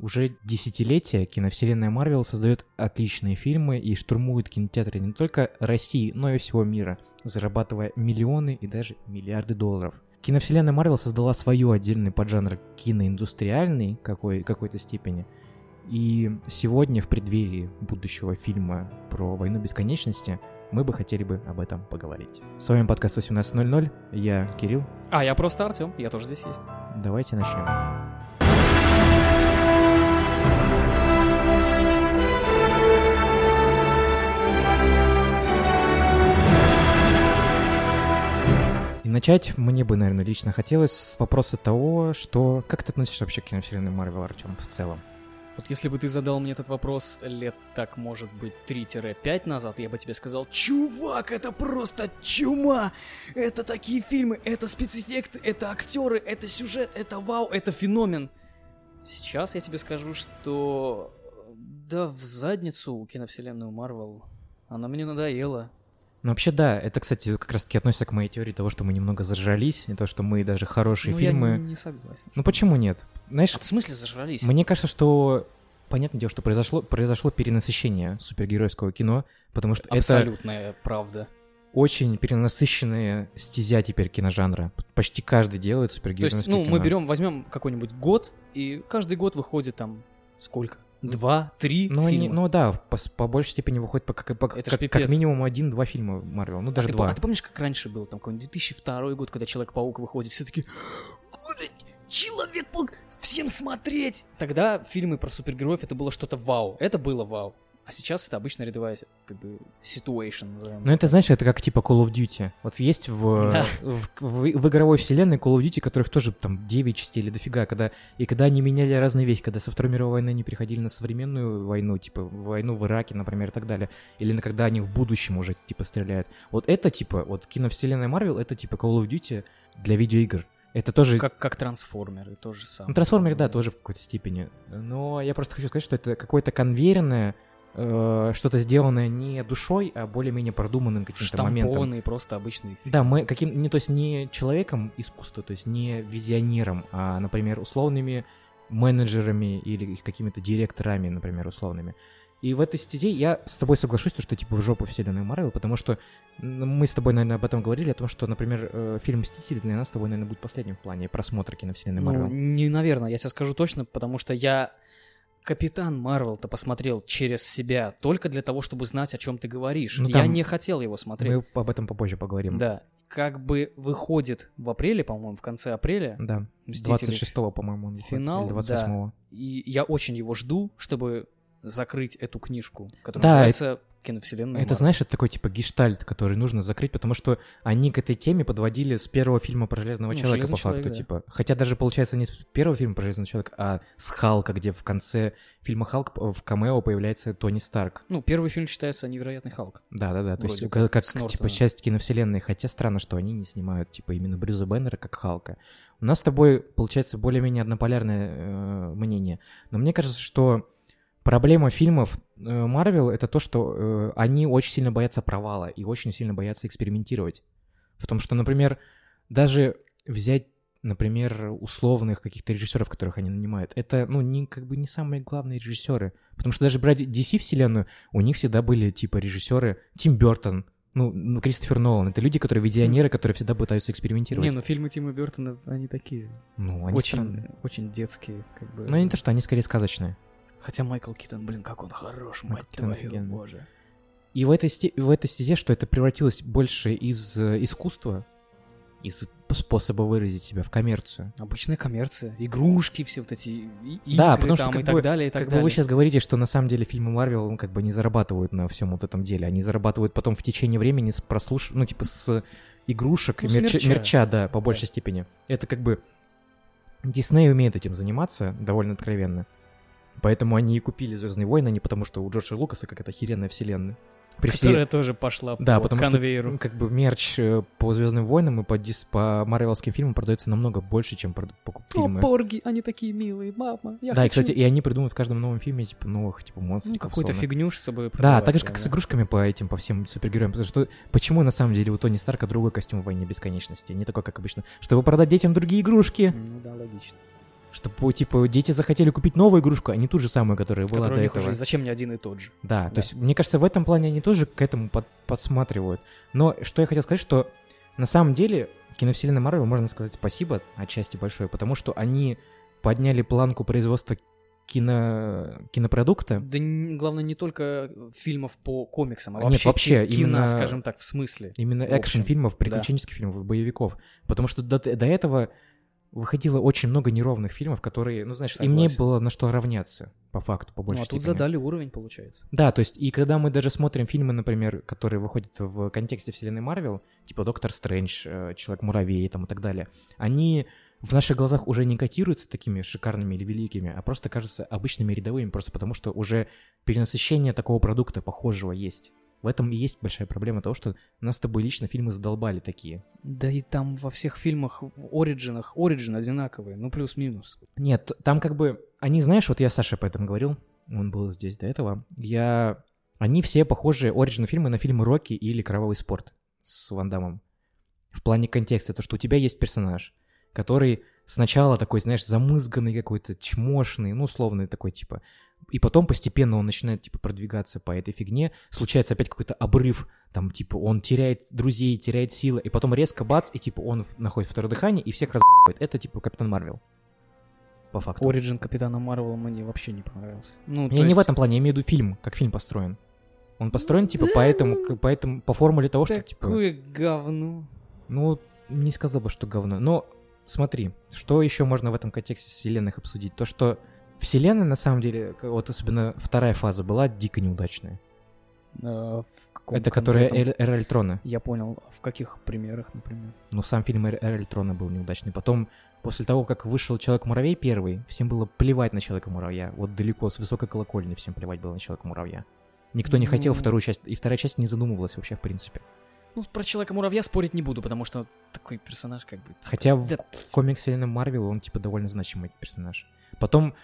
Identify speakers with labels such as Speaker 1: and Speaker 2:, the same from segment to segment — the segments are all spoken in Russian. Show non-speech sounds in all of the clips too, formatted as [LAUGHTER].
Speaker 1: Уже десятилетия киновселенная Марвел создает отличные фильмы и штурмует кинотеатры не только России, но и всего мира, зарабатывая миллионы и даже миллиарды долларов. Киновселенная Марвел создала свою отдельный поджанр киноиндустриальный какой, какой-то степени. И сегодня, в преддверии будущего фильма про войну бесконечности, мы бы хотели бы об этом поговорить. С вами подкаст 18.00, я Кирилл.
Speaker 2: А, я просто Артем, я тоже здесь есть.
Speaker 1: Давайте начнем. И начать мне бы, наверное, лично хотелось с вопроса того, что... Как ты относишься вообще к киновселенной Марвел, Артем, в целом?
Speaker 2: Вот если бы ты задал мне этот вопрос лет так, может быть, 3-5 назад, я бы тебе сказал, чувак, это просто чума! Это такие фильмы, это спецэффекты, это актеры, это сюжет, это вау, это феномен. Сейчас я тебе скажу, что... Да в задницу киновселенную Марвел. Она мне надоела.
Speaker 1: Ну, вообще, да, это, кстати, как раз-таки относится к моей теории того, что мы немного зажрались, и то, что мы даже хорошие
Speaker 2: Ну,
Speaker 1: фильмы...
Speaker 2: я не согласен.
Speaker 1: Ну, почему нет? Знаешь,
Speaker 2: А в смысле зажрались?
Speaker 1: Мне кажется, что понятное дело, что произошло, произошло перенасыщение супергеройского кино, потому что это
Speaker 2: Абсолютная правда.
Speaker 1: очень перенасыщенная стезя теперь киножанра. Почти каждый делает
Speaker 2: То
Speaker 1: супергеройское
Speaker 2: есть, ну,
Speaker 1: кино.
Speaker 2: мы берем, возьмем какой-нибудь год, и каждый год выходит там сколько? Два, три
Speaker 1: Ну, они-
Speaker 2: фильма.
Speaker 1: ну да, по, с- по большей степени выходит по, как, по-
Speaker 2: Это ж
Speaker 1: как- как
Speaker 2: пипец.
Speaker 1: минимум один-два фильма Марвел. Ну,
Speaker 2: а,
Speaker 1: даже
Speaker 2: ты, пом-
Speaker 1: два.
Speaker 2: а ты помнишь, как раньше был, там, какой-нибудь 2002 год, когда Человек-паук выходит, все таки Человек-паук, всем смотреть! Тогда фильмы про супергероев это было что-то вау, это было вау. А сейчас это обычно рядовая, как бы, ситуация, назовем.
Speaker 1: Ну, это, знаешь, это как типа Call of Duty. Вот есть в,
Speaker 2: Да.
Speaker 1: в, в- в игровой вселенной Call of Duty, которых тоже там 9 частей или дофига, когда, и когда они меняли разные вещи, когда со Второй мировой войны они переходили на современную войну, типа войну в Ираке, например, и так далее, или на когда они в будущем уже типа стреляют. Вот это типа, вот киновселенная Марвел, это типа Call of Duty для видеоигр. Это тоже...
Speaker 2: Как, как трансформеры, то же самое.
Speaker 1: Ну, трансформер, да, тоже в какой-то степени. Но я просто хочу сказать, что это какое-то конвейерное, э, что-то сделанное не душой, а более-менее продуманным каким-то моментом.
Speaker 2: Штампованные просто обычные фильмы.
Speaker 1: Да, мы каким, не, то есть не человеком искусства, то есть не визионером, а, например, условными менеджерами или какими-то директорами, например, условными. И в этой стезе я с тобой соглашусь, то, что типа в жопу вселенную Марвел, потому что м, мы с тобой, наверное, об этом говорили, о том, что, например, э, фильм «Мстители» для нас с тобой, наверное, будет последним в плане просмотра киновселенной
Speaker 2: Ну,
Speaker 1: Марвел.
Speaker 2: не, наверное, я тебе скажу точно, потому что я Капитан Марвел-то посмотрел через себя только для того, чтобы знать, о чем ты говоришь.
Speaker 1: Ну,
Speaker 2: я
Speaker 1: там
Speaker 2: не хотел его смотреть.
Speaker 1: Мы об этом попозже поговорим.
Speaker 2: Да. Как бы выходит в апреле, по-моему, в конце апреля.
Speaker 1: Да.
Speaker 2: «Мстители».
Speaker 1: 26-го, по-моему, он выходит,
Speaker 2: Финал,
Speaker 1: или 28-го.
Speaker 2: И я очень его жду, чтобы закрыть эту книжку, которая
Speaker 1: Да,
Speaker 2: называется
Speaker 1: Это,
Speaker 2: «Киновселенная Марвел».
Speaker 1: знаешь, это такой типа гештальт, который нужно закрыть, потому что они к этой теме подводили с первого фильма про Железного
Speaker 2: Ну,
Speaker 1: Человека,
Speaker 2: «Железный
Speaker 1: по факту,
Speaker 2: человек», да.
Speaker 1: типа. Хотя даже, получается, не с первого фильма про Железного Человека, а с Халка, где в конце фильма Халк э, в камео появляется Тони Старк.
Speaker 2: Ну, первый фильм считается «Невероятный Халк».
Speaker 1: Да-да-да, то есть
Speaker 2: Вроде
Speaker 1: как, как,
Speaker 2: с Нортоном.
Speaker 1: типа часть киновселенной, хотя странно, что они не снимают типа именно Брюса Беннера как Халка. У нас с тобой получается более-менее однополярное э, мнение, но мне кажется, что проблема фильмов э, Марвел это то, что э, они очень сильно боятся провала и очень сильно боятся экспериментировать, потому что, например, даже взять например, условных каких-то режиссеров, которых они нанимают. Это, ну, не, как бы не самые главные режиссеры. Потому что даже брать DC-вселенную, у них всегда были, типа, режиссеры Тим Бертон, ну, ну, Кристофер Нолан. Это люди, которые визионеры, которые всегда пытаются экспериментировать.
Speaker 2: Не, ну фильмы Тима Бертона, они такие,
Speaker 1: ну, они
Speaker 2: очень,
Speaker 1: странные.
Speaker 2: очень детские, как бы.
Speaker 1: Ну, не то, что они скорее сказочные.
Speaker 2: Хотя Майкл Китон, блин, как он хорош,
Speaker 1: Майкл
Speaker 2: мать
Speaker 1: Китон
Speaker 2: твою,
Speaker 1: офигенный.
Speaker 2: боже.
Speaker 1: И в этой, сте- в этой стезе, что это превратилось больше из э, искусства, из п- способа выразить себя в коммерцию.
Speaker 2: Обычная коммерция, игрушки все вот эти, и- и
Speaker 1: Да,
Speaker 2: игры
Speaker 1: потому что
Speaker 2: там
Speaker 1: как
Speaker 2: и так
Speaker 1: бы-
Speaker 2: далее, и так
Speaker 1: как бы
Speaker 2: далее.
Speaker 1: вы сейчас говорите, что на самом деле фильмы Марвел ну, как бы не зарабатывают на всем вот этом деле. Они зарабатывают потом в течение времени с прослуш... ну, типа с игрушек,
Speaker 2: Ну,
Speaker 1: и
Speaker 2: с
Speaker 1: мерча,
Speaker 2: мерча.
Speaker 1: мерча, да, по
Speaker 2: Да.
Speaker 1: большей степени. Это как бы... Дисней умеет этим заниматься довольно откровенно. Поэтому они и купили Звездные войны, а не потому что у Джорджа Лукаса какая-то херенная вселенная. При всей-
Speaker 2: Которая тоже пошла
Speaker 1: Да,
Speaker 2: по
Speaker 1: потому что,
Speaker 2: конвейеру.
Speaker 1: ну, как бы мерч э, по Звездным войнам и по, дис... по марвеловским фильмам продается намного больше, чем прод- покуп-
Speaker 2: Ну,
Speaker 1: фильмы.
Speaker 2: порги, они такие милые, мама, я
Speaker 1: да, и, кстати, и они придумывают в каждом новом фильме типа новых типа монстров.
Speaker 2: Ну, какую-то фигню, чтобы
Speaker 1: Да,
Speaker 2: продавать
Speaker 1: так же,
Speaker 2: его,
Speaker 1: как с
Speaker 2: да.
Speaker 1: игрушками по этим, по всем супергероям. Потому что почему на самом деле у Тони Старка другой костюм в войне бесконечности, не такой, как обычно, чтобы продать детям другие игрушки.
Speaker 2: Ну да, логично.
Speaker 1: Чтобы, типа, дети захотели купить новую игрушку, а не ту же самую, которая была
Speaker 2: Который у
Speaker 1: до
Speaker 2: них
Speaker 1: этого.
Speaker 2: уже зачем не один и тот же.
Speaker 1: Да,
Speaker 2: Да.
Speaker 1: то есть, мне кажется, в этом плане они тоже к этому под- подсматривают. Но что я хотел сказать, что на самом деле киновселенной Марвел можно сказать спасибо отчасти большое, потому что они подняли планку производства кино... кинопродукта.
Speaker 2: Да н- главное не только э, фильмов по комиксам, а
Speaker 1: Нет,
Speaker 2: вообще,
Speaker 1: вообще,
Speaker 2: ки- кино,
Speaker 1: именно-
Speaker 2: скажем так, в смысле. Ну, а
Speaker 1: Именно
Speaker 2: В общем,
Speaker 1: экшн-фильмов, приключенческих фильмов, боевиков. Потому что до, до этого выходило очень много неровных фильмов, которые, ну, знаешь, им не
Speaker 2: Согласен.
Speaker 1: было на что равняться, по факту, по
Speaker 2: Ну, а
Speaker 1: большей
Speaker 2: тут
Speaker 1: степени.
Speaker 2: задали уровень, получается.
Speaker 1: Да, то есть, и когда мы даже смотрим фильмы, например, которые выходят в контексте вселенной Марвел, типа «Доктор Стрэндж», э, «Человек-муравей» там и так далее, они в наших глазах уже не котируются такими шикарными или великими, а просто кажутся обычными рядовыми, просто потому что уже перенасыщение такого продукта похожего есть. В этом и есть большая проблема того, что нас с тобой лично фильмы задолбали такие.
Speaker 2: Да и там во всех фильмах, в оригинах, оригин одинаковые, ну плюс-минус.
Speaker 1: Нет, там как бы... Они, знаешь, вот я Саша об этом говорил, он был здесь до этого, я... Они все похожи, оригин фильмы, на фильмы Рокки или Кровавый спорт с Ван Дамом. В плане контекста, то, что у тебя есть персонаж, который сначала такой, знаешь, замызганный какой-то, чмошный, ну, условный такой, типа. И потом постепенно он начинает, типа, продвигаться по этой фигне. Случается опять какой-то обрыв, там, типа, он теряет друзей, теряет силы, и потом резко бац, и, типа, он в- находит второе дыхание, и всех разъебывает. Это, типа, Капитан Марвел. По факту.
Speaker 2: Оригин Капитана Марвела мне вообще не понравился. Ну, то
Speaker 1: Я не
Speaker 2: есть-
Speaker 1: в этом плане, я имею в виду фильм, как фильм построен. Он построен, типа, по этому, к- по этому, по формуле того, что, типа,
Speaker 2: Такое говно.
Speaker 1: ну, не сказал бы, что говно. Но смотри, что еще можно в этом контексте вселенных обсудить? То, что вселенная, на самом деле, к- вот особенно вторая фаза была дико неудачная.
Speaker 2: Э, в каком
Speaker 1: Это которая
Speaker 2: конкретном-
Speaker 1: Эр- Эра Эльтрона.
Speaker 2: Я понял, в каких примерах, например.
Speaker 1: Ну, сам фильм Эр- Эра Эльтрона был неудачный. Потом, после того, как вышел Человек-муравей первый, всем было плевать на Человека-муравья. Вот далеко, с высокой колокольни всем плевать было на Человека-муравья. Никто не хотел
Speaker 2: Ну.
Speaker 1: вторую часть, и вторая часть не задумывалась вообще, в принципе.
Speaker 2: Ну, про Человека-муравья спорить не буду, потому что такой персонаж как бы...
Speaker 1: Хотя в
Speaker 2: Да.
Speaker 1: комикс вселенной Марвел он типа довольно значимый персонаж. Потом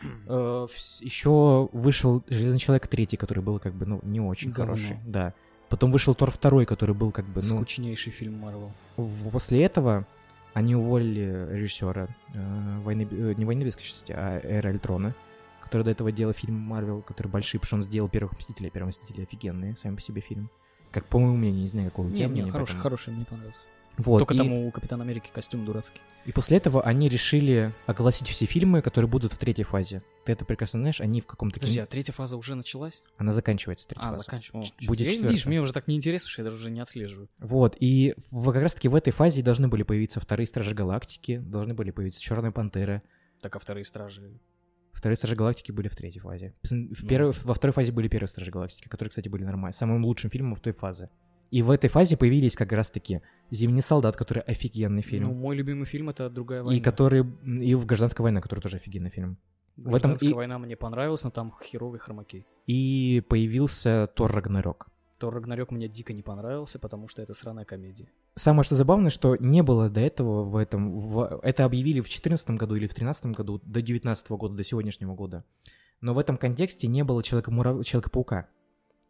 Speaker 1: еще вышел Железный человек третий, который был как бы ну не очень
Speaker 2: Говно.
Speaker 1: хороший, да. Потом вышел Тор второй, который был как бы ну
Speaker 2: Скучнейший фильм Марвел.
Speaker 1: в- после этого они уволили режиссера э, войны Б- э, не войны бесконечности, а Эра Альтрона, который до этого делал фильм Марвел, который большие, потому что он сделал первых мстителей, а первые мстители офигенные сами по себе фильм. Как по моему мнению, не знаю, какого у тебя
Speaker 2: Не, не,
Speaker 1: мнения.
Speaker 2: хороший,
Speaker 1: поэтому.
Speaker 2: хороший, мне понравился.
Speaker 1: Вот,
Speaker 2: Только
Speaker 1: и-
Speaker 2: там у Капитана Америки костюм дурацкий.
Speaker 1: И после этого они решили огласить все фильмы, которые будут в третьей фазе. Ты это прекрасно знаешь, они в каком-то...
Speaker 2: Подожди,
Speaker 1: кино-
Speaker 2: а третья фаза уже началась?
Speaker 1: Она заканчивается, третья
Speaker 2: А,
Speaker 1: фаза.
Speaker 2: заканчивается.
Speaker 1: Ч- будет
Speaker 2: Видишь,
Speaker 1: четвертая.
Speaker 2: мне уже так неинтересно, что я даже уже не отслеживаю.
Speaker 1: Вот, и в- как раз-таки в этой фазе должны были появиться вторые Стражи Галактики, должны были появиться Черная Пантера.
Speaker 2: Так, а вторые стражи...
Speaker 1: Вторые Стражи Галактики были в третьей фазе. Пс- В
Speaker 2: Ну.
Speaker 1: первой, во второй фазе были первые Стражи Галактики, которые, кстати, были нормальные, самым лучшим фильмом в той фазе. И в этой фазе появились как раз-таки «Зимний солдат», который офигенный
Speaker 2: Ну,
Speaker 1: фильм.
Speaker 2: мой любимый фильм — это «Другая война».
Speaker 1: и который... И в «Гражданская война», который тоже офигенный фильм. в этом
Speaker 2: «Гражданская
Speaker 1: и-
Speaker 2: война» мне понравилась, но там херовый хромакей.
Speaker 1: И появился Тор Рагнарёк.
Speaker 2: Тор Рагнарёк мне дико не понравился, потому что это сраная комедия.
Speaker 1: Самое что забавное, что не было до этого в этом... в- это объявили в 2014 году или в 2013 году, до 2019 года, до сегодняшнего года. Но в этом контексте не было Человека-мура- Человека-паука.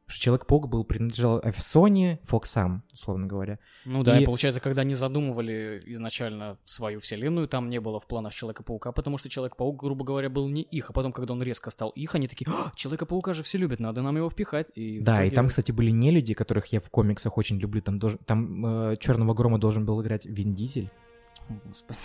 Speaker 1: Потому что Человек-паук был, принадлежал оф- Sony, Foxам, условно говоря.
Speaker 2: Ну да, и...
Speaker 1: И-
Speaker 2: получается, когда они задумывали изначально свою вселенную, там не было в планах Человека-паука, потому что Человек-паук, грубо говоря, был не их, а потом, когда он резко стал их, они такие, «А, Человека-паука же все любят, надо нам его впихать. И в
Speaker 1: да, и
Speaker 2: итоге-
Speaker 1: там, кстати, были не люди, которых я в комиксах очень люблю. Там, должен- там Черного Грома должен был играть Вин Дизель.
Speaker 2: О, господи.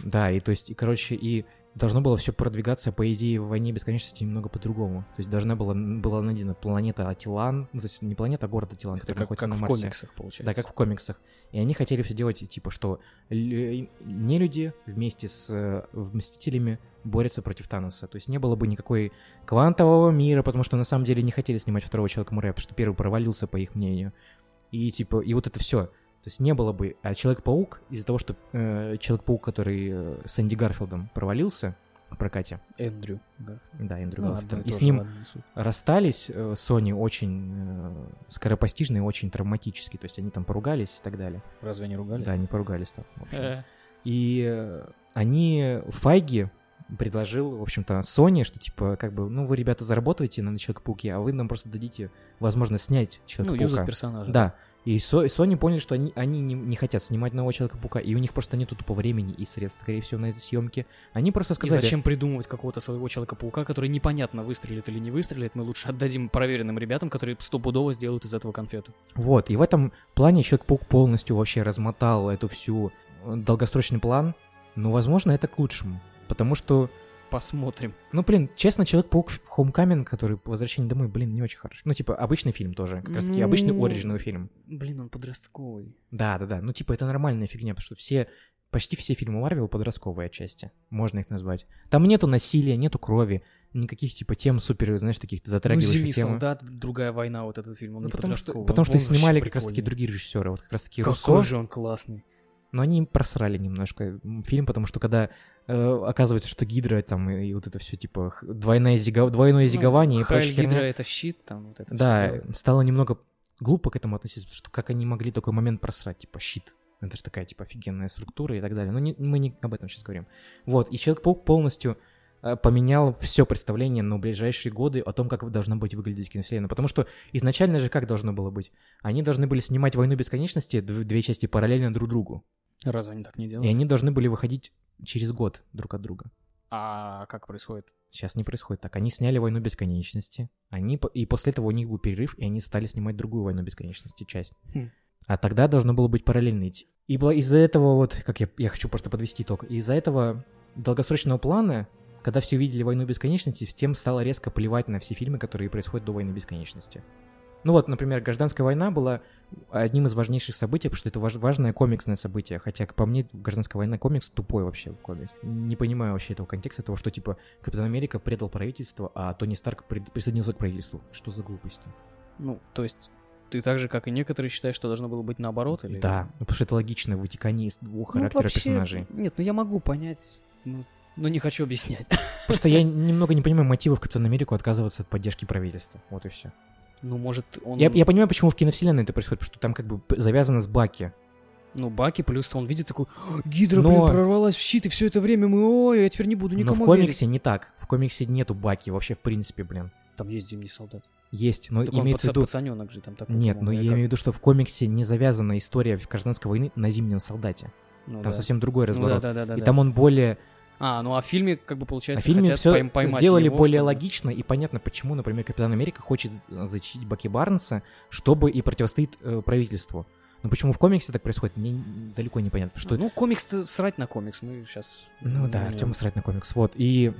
Speaker 1: Да, и то есть, и, короче, и должно было все продвигаться, по идее, в войне бесконечности немного по-другому. То есть должна была, была найдена планета Атилан, ну, то есть не планета, а город Атилан,
Speaker 2: Это
Speaker 1: который
Speaker 2: как,
Speaker 1: находится
Speaker 2: как
Speaker 1: на
Speaker 2: в
Speaker 1: Марсе.
Speaker 2: комиксах, получается.
Speaker 1: Да, как в комиксах. И они хотели все делать, типа, что лю- э, нелюди вместе с э, Мстителями борются против Таноса. То есть не было бы никакой квантового мира, потому что на самом деле не хотели снимать второго человека муравья, потому что первый провалился, по их мнению. И типа, и вот это все. То есть не было бы. А Человек-паук, из-за того, что э, Человек-паук, который э, с Энди Гарфилдом провалился в прокате,
Speaker 2: Эндрю. Да.
Speaker 1: да, Эндрю
Speaker 2: Ну,
Speaker 1: Гарфилд,
Speaker 2: Эндрю
Speaker 1: и с
Speaker 2: тоже,
Speaker 1: ним
Speaker 2: ладно, не суть.
Speaker 1: расстались э, Sony очень э, скоропостижно и очень травматически. То есть они там поругались и так далее.
Speaker 2: Разве они ругались?
Speaker 1: Да, они поругались там, в общем.
Speaker 2: Э,
Speaker 1: И э, они, Файги предложил, в общем-то, Sony, что типа, как бы, ну, вы, ребята, заработаете на Человек-пауке, а вы нам просто дадите возможность снять
Speaker 2: Ну,
Speaker 1: Человека-паука.
Speaker 2: юзать персонажа.
Speaker 1: да. И Со- и Sony поняли, что они, они не, не хотят снимать нового Человека-паука, и у них просто нету тупого времени и средств, скорее всего, на этой съемке. Они просто сказали...
Speaker 2: И зачем придумывать какого-то своего Человека-паука, который непонятно выстрелит или не выстрелит, мы лучше отдадим проверенным ребятам, которые стопудово сделают из этого конфету.
Speaker 1: Вот, и в этом плане Человек-паук полностью вообще размотал эту всю э, долгосрочный план, но, возможно, это к лучшему. Потому что,
Speaker 2: Посмотрим.
Speaker 1: ну, блин, честно, Человек-паук в- Homecoming, который по возвращению домой, блин, не очень хорош. Ну, типа, обычный фильм тоже, как раз-таки обычный
Speaker 2: Ну.
Speaker 1: оригиновый фильм.
Speaker 2: Блин, он подростковый.
Speaker 1: Да-да-да, ну, типа, это нормальная фигня, потому что все, почти все фильмы Марвел подростковые отчасти, можно их назвать. Там нету насилия, нету крови, никаких, типа, тем супер, знаешь, таких
Speaker 2: Ну,
Speaker 1: затрагивающих
Speaker 2: «Зимний
Speaker 1: тем.
Speaker 2: солдат», другая война, вот этот фильм, он
Speaker 1: Ну,
Speaker 2: не
Speaker 1: потому что,
Speaker 2: подростковый,
Speaker 1: потому
Speaker 2: он-
Speaker 1: что их
Speaker 2: он вообще
Speaker 1: снимали как раз-таки
Speaker 2: прикольный.
Speaker 1: другие режиссеры, вот как раз-таки Руссо,
Speaker 2: Какой же он классный.
Speaker 1: но они им просрали немножко м, фильм, потому что когда э, оказывается, что Гидра там и, и вот это все типа х- двойное, зига- двойное зигование и
Speaker 2: Ну, Хайль
Speaker 1: прочая херня,
Speaker 2: Гидра это щит, там вот это всё
Speaker 1: да,
Speaker 2: дело.
Speaker 1: стало немного глупо к этому относиться, потому что как они могли такой момент просрать, типа щит, это же такая типа офигенная структура и так далее. Но не- мы не об этом сейчас говорим. Вот и Человек-паук полностью э, поменял все представление на ближайшие годы о том, как должна быть выглядеть киновселенная. Потому что изначально же как должно было быть? Они должны были снимать «Войну бесконечности» дв- две части параллельно друг другу.
Speaker 2: Разве они так не
Speaker 1: И
Speaker 2: делают?
Speaker 1: они должны были выходить через год друг от друга.
Speaker 2: А как происходит?
Speaker 1: Сейчас не происходит так. Они сняли «Войну бесконечности», они, по- и после этого у них был перерыв, и они стали снимать другую «Войну бесконечности» часть.
Speaker 2: Хм.
Speaker 1: А тогда должно было быть параллельно идти. И бла- из-за этого вот, как я, я хочу просто подвести итог, из-за этого долгосрочного плана, когда все видели «Войну бесконечности», всем стало резко плевать на все фильмы, которые происходят до «Войны бесконечности». Ну вот, например, «Гражданская война» была одним из важнейших событий, потому что это важ- важное комиксное событие. Хотя, по мне, «Гражданская война» комикс тупой вообще комикс. Не понимаю вообще этого контекста, того, что, типа, Капитан Америка предал правительство, а Тони Старк при- присоединился к правительству. Что за глупости?
Speaker 2: Ну, то есть ты так же, как и некоторые, считаешь, что должно было быть наоборот? Или...
Speaker 1: Да, ну, потому что это логично, вытекание из двух
Speaker 2: Ну,
Speaker 1: характера
Speaker 2: вообще,
Speaker 1: персонажей.
Speaker 2: Нет, ну я могу понять, ну, ну, не хочу объяснять. [LAUGHS]
Speaker 1: Просто я немного не понимаю мотивов Капитана Америку отказываться от поддержки правительства. Вот и все.
Speaker 2: Ну, может, он...
Speaker 1: Я, я понимаю, почему в киновселенной это происходит, потому что там как бы п- завязано с Баки.
Speaker 2: Ну, Баки, плюс он видит такой, «А, Гидра,
Speaker 1: Но-
Speaker 2: блин, прорвалась в щит, и все это время мы, ой, я теперь не буду
Speaker 1: но
Speaker 2: никому
Speaker 1: в комиксе не так. В комиксе нету Баки вообще в принципе, блин.
Speaker 2: верить». Там есть зимний солдат.
Speaker 1: Есть, но
Speaker 2: Так он
Speaker 1: Ну, имеется в
Speaker 2: паца-
Speaker 1: виду...
Speaker 2: пацанёнок же там такой.
Speaker 1: Нет,
Speaker 2: по-моему,
Speaker 1: но я
Speaker 2: или
Speaker 1: имею в
Speaker 2: как?
Speaker 1: виду, что в комиксе не завязана история в гражданской войны на зимнем солдате.
Speaker 2: Ну
Speaker 1: Там
Speaker 2: да.
Speaker 1: совсем другой
Speaker 2: Ну
Speaker 1: разворот.
Speaker 2: да, да, да,
Speaker 1: и
Speaker 2: да.
Speaker 1: там он более...
Speaker 2: А, ну а в фильме, как бы,
Speaker 1: В
Speaker 2: получается,
Speaker 1: фильме
Speaker 2: хотят
Speaker 1: все
Speaker 2: пойм- поймать
Speaker 1: сделали
Speaker 2: его,
Speaker 1: более
Speaker 2: чтобы-
Speaker 1: логично и понятно, почему, например, Капитан Америка хочет за- защитить Баки Барнса, чтобы и противостоит э, правительству. Но почему в комиксе так происходит, мне н- далеко не понятно. Потому что
Speaker 2: Ну, комикс-то срать на комикс, мы сейчас...
Speaker 1: Ну да, Артема срать на комикс. Вот. И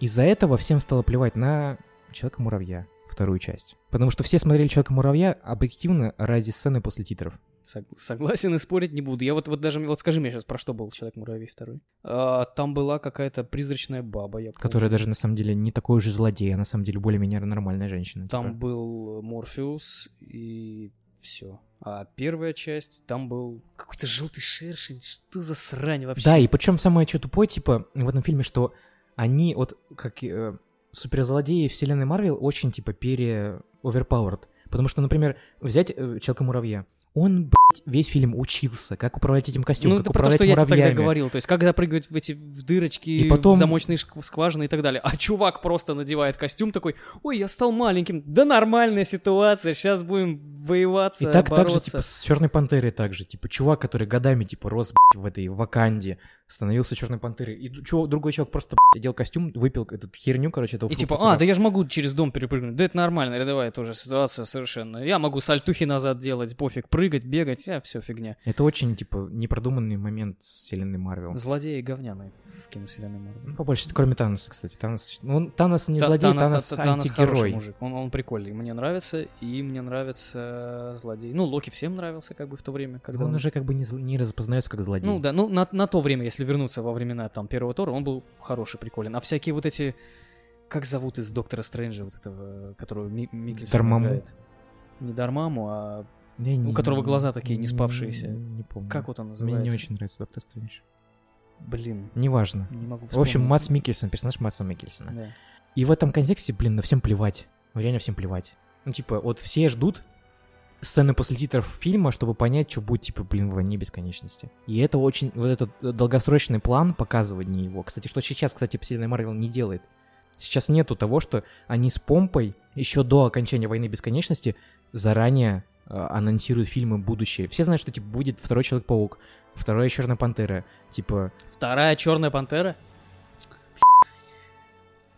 Speaker 1: из-за этого всем стало плевать на Человека-муравья, вторую часть. Потому что все смотрели Человека-муравья объективно ради сцены после титров.
Speaker 2: Сог- Согласен и спорить не буду. Я вот, вот даже, вот скажи мне сейчас, про что был Человек-муравей второй? А, там была какая-то призрачная баба, я помню.
Speaker 1: Которая даже на самом деле не такой же злодей, а на самом деле более-менее нормальная женщина.
Speaker 2: Там
Speaker 1: типа.
Speaker 2: был Морфеус и все. А первая часть, там был какой-то желтый шершень, что за срань вообще?
Speaker 1: Да, и причем самое что тупое, типа, в этом фильме, что они, вот как э, суперзлодеи вселенной Марвел, очень, типа, пере overpowered. Потому что, например, взять э, Человека-муравья, он, блядь, весь фильм учился, как управлять этим костюмом,
Speaker 2: ну, это
Speaker 1: как
Speaker 2: про то,
Speaker 1: управлять
Speaker 2: что я тебе тогда
Speaker 1: муравьями.
Speaker 2: говорил. То есть, когда прыгают в эти в дырочки,
Speaker 1: И потом-
Speaker 2: в замочные шк- скважины и так далее. А чувак просто надевает костюм такой, ой, я стал маленьким. Да нормальная ситуация, сейчас будем воеваться,
Speaker 1: И так, так же,
Speaker 2: бороться.
Speaker 1: типа, с Черной Пантерой так же. Типа, чувак, который годами, типа, рос, блядь, в этой Ваканде, становился Черной Пантерой. И ду- чувак- другой человек просто, блядь, одел костюм, выпил эту херню, короче, этого
Speaker 2: И
Speaker 1: фрукта
Speaker 2: типа, а,
Speaker 1: сразу».
Speaker 2: да я же могу через дом перепрыгнуть. Да это нормально, рядовая тоже ситуация совершенно. Я могу сальтухи назад делать, пофиг, прыгать, бегать, а все фигня.
Speaker 1: Это очень, типа, непродуманный момент с вселенной Марвел.
Speaker 2: Злодеи говняные в киновселенной Марвел.
Speaker 1: Ну, по большей части, кроме Таноса, кстати. Танос, ну, он, Танос не
Speaker 2: Та-
Speaker 1: злодей,
Speaker 2: Танос-
Speaker 1: Танос,
Speaker 2: Та- Танос хороший
Speaker 1: антигерой.
Speaker 2: мужик, он, он прикольный, мне нравится, и мне нравится злодей. Ну, Локи всем нравился как бы в то время, когда
Speaker 1: он уже как бы не, зл- не распознается как злодей.
Speaker 2: Ну да, ну на, на то время, если вернуться во времена там первого Тора, он был хороший, приколен. А всякие вот эти, как зовут из Доктора Стрэнджа вот этого, которого Ми- Миккельсон
Speaker 1: Дармаму?
Speaker 2: играет? Не Дармаму, а
Speaker 1: Я не-
Speaker 2: у которого глаза такие не
Speaker 1: не-
Speaker 2: спавшиеся.
Speaker 1: Не, помню.
Speaker 2: как вот он
Speaker 1: Мне
Speaker 2: называется?
Speaker 1: не очень нравится Доктор Стрэндж.
Speaker 2: Блин,
Speaker 1: Неважно.
Speaker 2: не могу вспомнить.
Speaker 1: В общем, Мац Микельсон, персонаж Матса Микельсона.
Speaker 2: Да.
Speaker 1: И в этом контексте, блин, на всем плевать. Ну, реально всем плевать. Ну, типа, вот все ждут сцены после титров фильма, чтобы понять, что будет, типа, блин, в «Войне бесконечности». И это очень... Вот этот э, долгосрочный план показывания его. Кстати, что сейчас, кстати, вселенная Марвел не делает. Сейчас нету того, что они с помпой еще до окончания «Войны бесконечности» заранее э, анонсируют фильмы будущее. Все знают, что типа будет второй Человек-паук, вторая Черная Пантера, типа
Speaker 2: Вторая Черная Пантера?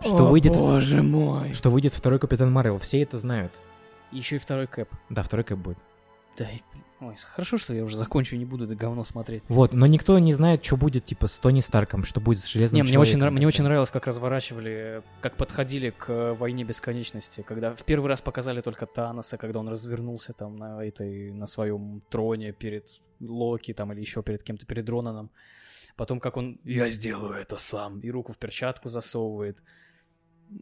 Speaker 1: что выйдет,
Speaker 2: боже мой.
Speaker 1: что выйдет второй Капитан Марвел. Все это знают.
Speaker 2: Еще и второй Кэп.
Speaker 1: Да, второй как будет.
Speaker 2: Да, и- ой, хорошо, что я уже закончу, не буду это говно смотреть.
Speaker 1: Вот, но никто не знает, что будет типа с Тони Старком, что будет с Железным
Speaker 2: Не, мне очень, нра-
Speaker 1: Человеком.
Speaker 2: мне очень нравилось, как разворачивали, э, как подходили к э, войне бесконечности, когда в первый раз показали только Таноса, когда он развернулся там на этой, на своем троне перед Локи там или еще перед кем-то, перед Ронаном. Потом как он «Я сделаю это сам» и руку в перчатку засовывает.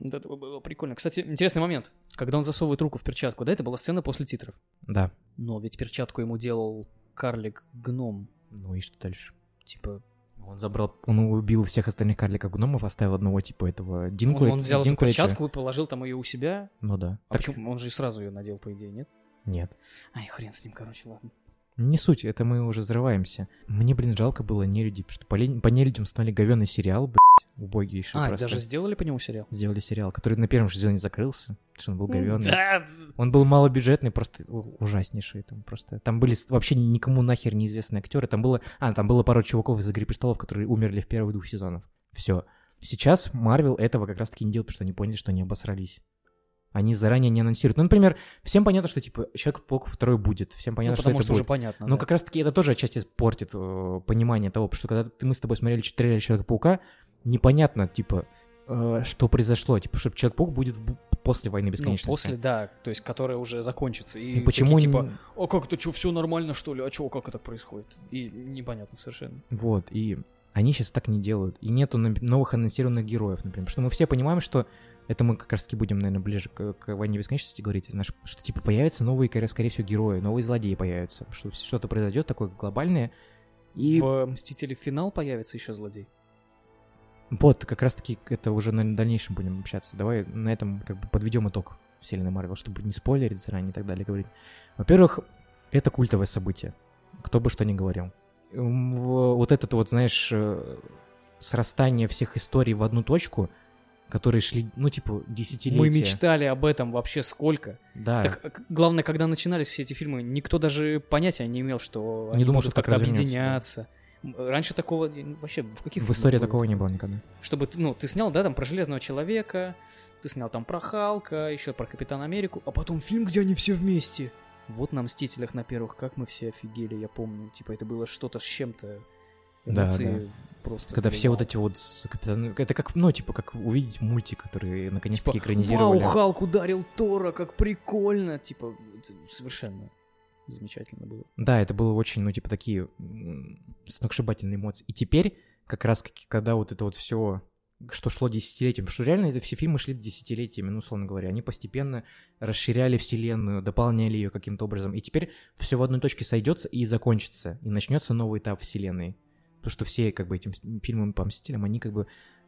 Speaker 2: Вот это было прикольно. Кстати, интересный момент. Когда он засовывает руку в перчатку, да, это была сцена после титров.
Speaker 1: Да.
Speaker 2: Но ведь перчатку ему делал карлик-гном.
Speaker 1: Ну и что дальше?
Speaker 2: Типа,
Speaker 1: Он забрал, он убил всех остальных карликов гномов, оставил одного типа этого
Speaker 2: он,
Speaker 1: Динклэ...
Speaker 2: он взял эту
Speaker 1: Динклэча.
Speaker 2: перчатку и положил там ее у себя,
Speaker 1: Ну да.
Speaker 2: А
Speaker 1: Так,
Speaker 2: почему? Он же и сразу ее надел, по идее, нет?
Speaker 1: Нет.
Speaker 2: Ай, хрен с ним, короче, ладно.
Speaker 1: Не суть, это мы уже взрываемся. Мне, блин, жалко было нелюдей, потому что по, лень- по нелюдям стали говёный сериал, блядь, убогий еще
Speaker 2: а, и
Speaker 1: просто.
Speaker 2: даже сделали по нему сериал?
Speaker 1: Сделали сериал, который на первом же сезоне закрылся, потому что он был говёный.
Speaker 2: Да,
Speaker 1: Он был малобюджетный, просто у- ужаснейший. Там, просто... там были с- вообще никому нахер неизвестные актеры. Там было... А, там было пару чуваков из «Игры престолов», которые умерли в первых двух сезонов. Все. Сейчас Марвел этого как раз-таки не делает, потому что они поняли, что они обосрались. Они заранее не анонсируют. Ну, например, всем понятно, что, типа, Человек-паук второй будет. Всем
Speaker 2: Ну,
Speaker 1: понятно, что
Speaker 2: потому
Speaker 1: это
Speaker 2: что
Speaker 1: будет.
Speaker 2: уже понятно.
Speaker 1: Но
Speaker 2: да.
Speaker 1: как раз-таки это тоже отчасти портит э, понимание того, потому что когда ты- мы с тобой смотрели ч- трейлер Человека-паука, непонятно, типа, э, что произошло, типа, что Человек-паук будет бу- после войны
Speaker 2: Ну,
Speaker 1: бесконечности.
Speaker 2: после, да, то есть, которая уже закончится.
Speaker 1: И
Speaker 2: И
Speaker 1: почему
Speaker 2: такие,
Speaker 1: типа...
Speaker 2: типа, а как это, что, все нормально, что ли? А чего, как это происходит? И непонятно совершенно.
Speaker 1: Вот, и они сейчас так не делают. И нету на- новых анонсированных героев, например. Потому что мы все понимаем, что это мы как раз-таки будем, наверное, ближе к, к войне бесконечности говорить, наш- что типа появятся новые, скорее скорее всего, герои, новые злодеи появятся, что что-то произойдет такое глобальное. И
Speaker 2: В «Мстители. Финал» появится еще злодей.
Speaker 1: Вот, как раз-таки это уже на дальнейшем будем общаться. Давай на этом как бы подведем итог вселенной Марвел, чтобы не спойлерить заранее и так далее говорить. Во-первых, это культовое событие. Кто бы что ни говорил. М, в- Вот этот вот, знаешь, э, срастание всех историй в одну точку, которые шли, ну, типа, десятилетия.
Speaker 2: Мы мечтали об этом вообще сколько.
Speaker 1: Да.
Speaker 2: Так, а, к- главное, когда начинались все эти фильмы, никто даже понятия не имел, что
Speaker 1: Не
Speaker 2: они
Speaker 1: думал,
Speaker 2: будут
Speaker 1: что так
Speaker 2: как-то
Speaker 1: развернется, да.
Speaker 2: объединяться. М, Раньше такого э, вообще в каких
Speaker 1: в
Speaker 2: фильмах
Speaker 1: истории
Speaker 2: было
Speaker 1: такого
Speaker 2: это?
Speaker 1: не было никогда.
Speaker 2: чтобы ты, ну, ты снял, да, там про Железного Человека, ты снял там про Халка, еще про Капитана Америку, а потом фильм, где они все вместе. Вот на Мстителях на первых, как мы все офигели, я помню. Типа это было что-то с чем-то.
Speaker 1: Да,
Speaker 2: Эмоции
Speaker 1: да.
Speaker 2: просто.
Speaker 1: Когда все вот
Speaker 2: вливал.
Speaker 1: эти вот с капитан... Это как, ну, типа, как увидеть мультик, который наконец-таки
Speaker 2: Типа,
Speaker 1: экранизировали.
Speaker 2: Вау, Халк ударил Тора, как прикольно. Типа, это совершенно замечательно было.
Speaker 1: Да, это было очень, ну, типа, такие м, сногсшибательные эмоции. И теперь, как раз, таки, когда вот это вот все, что шло десятилетиями, потому что реально это все фильмы шли десятилетиями, ну, условно говоря, они постепенно расширяли вселенную, дополняли ее каким-то образом, и теперь все в одной точке сойдется и закончится, и начнется новый этап вселенной. То, что все, как бы, этим с- фильмам по Мстителям, они, как бы,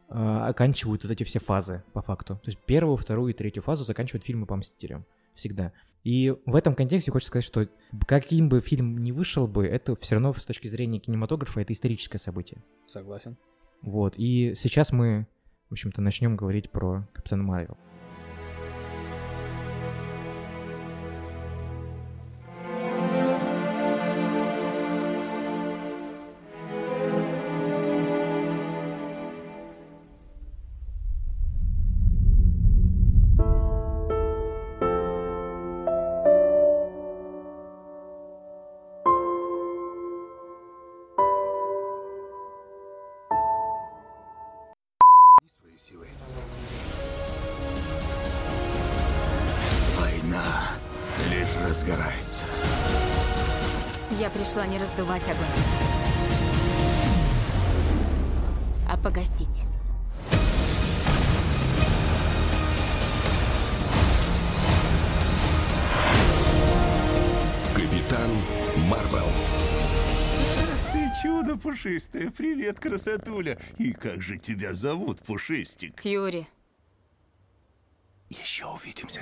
Speaker 1: э, оканчивают вот эти все фазы, по факту. То есть первую, вторую и третью фазу заканчивают фильмы по Мстителям. Всегда. И в этом контексте хочется сказать, что каким бы фильм ни вышел бы, это все равно с точки зрения кинематографа это историческое событие.
Speaker 2: Согласен.
Speaker 1: Вот. И сейчас мы, в общем-то, начнем говорить про Капитана Марвел.
Speaker 3: свои силы. Война лишь разгорается.
Speaker 4: Я пришла не раздувать огонь, а погасить.
Speaker 3: Капитан Марвел.
Speaker 5: Ты чудо пушистое. Привет, красотуля. И как же тебя зовут, пушистик?
Speaker 4: Фьюри.
Speaker 3: Еще увидимся.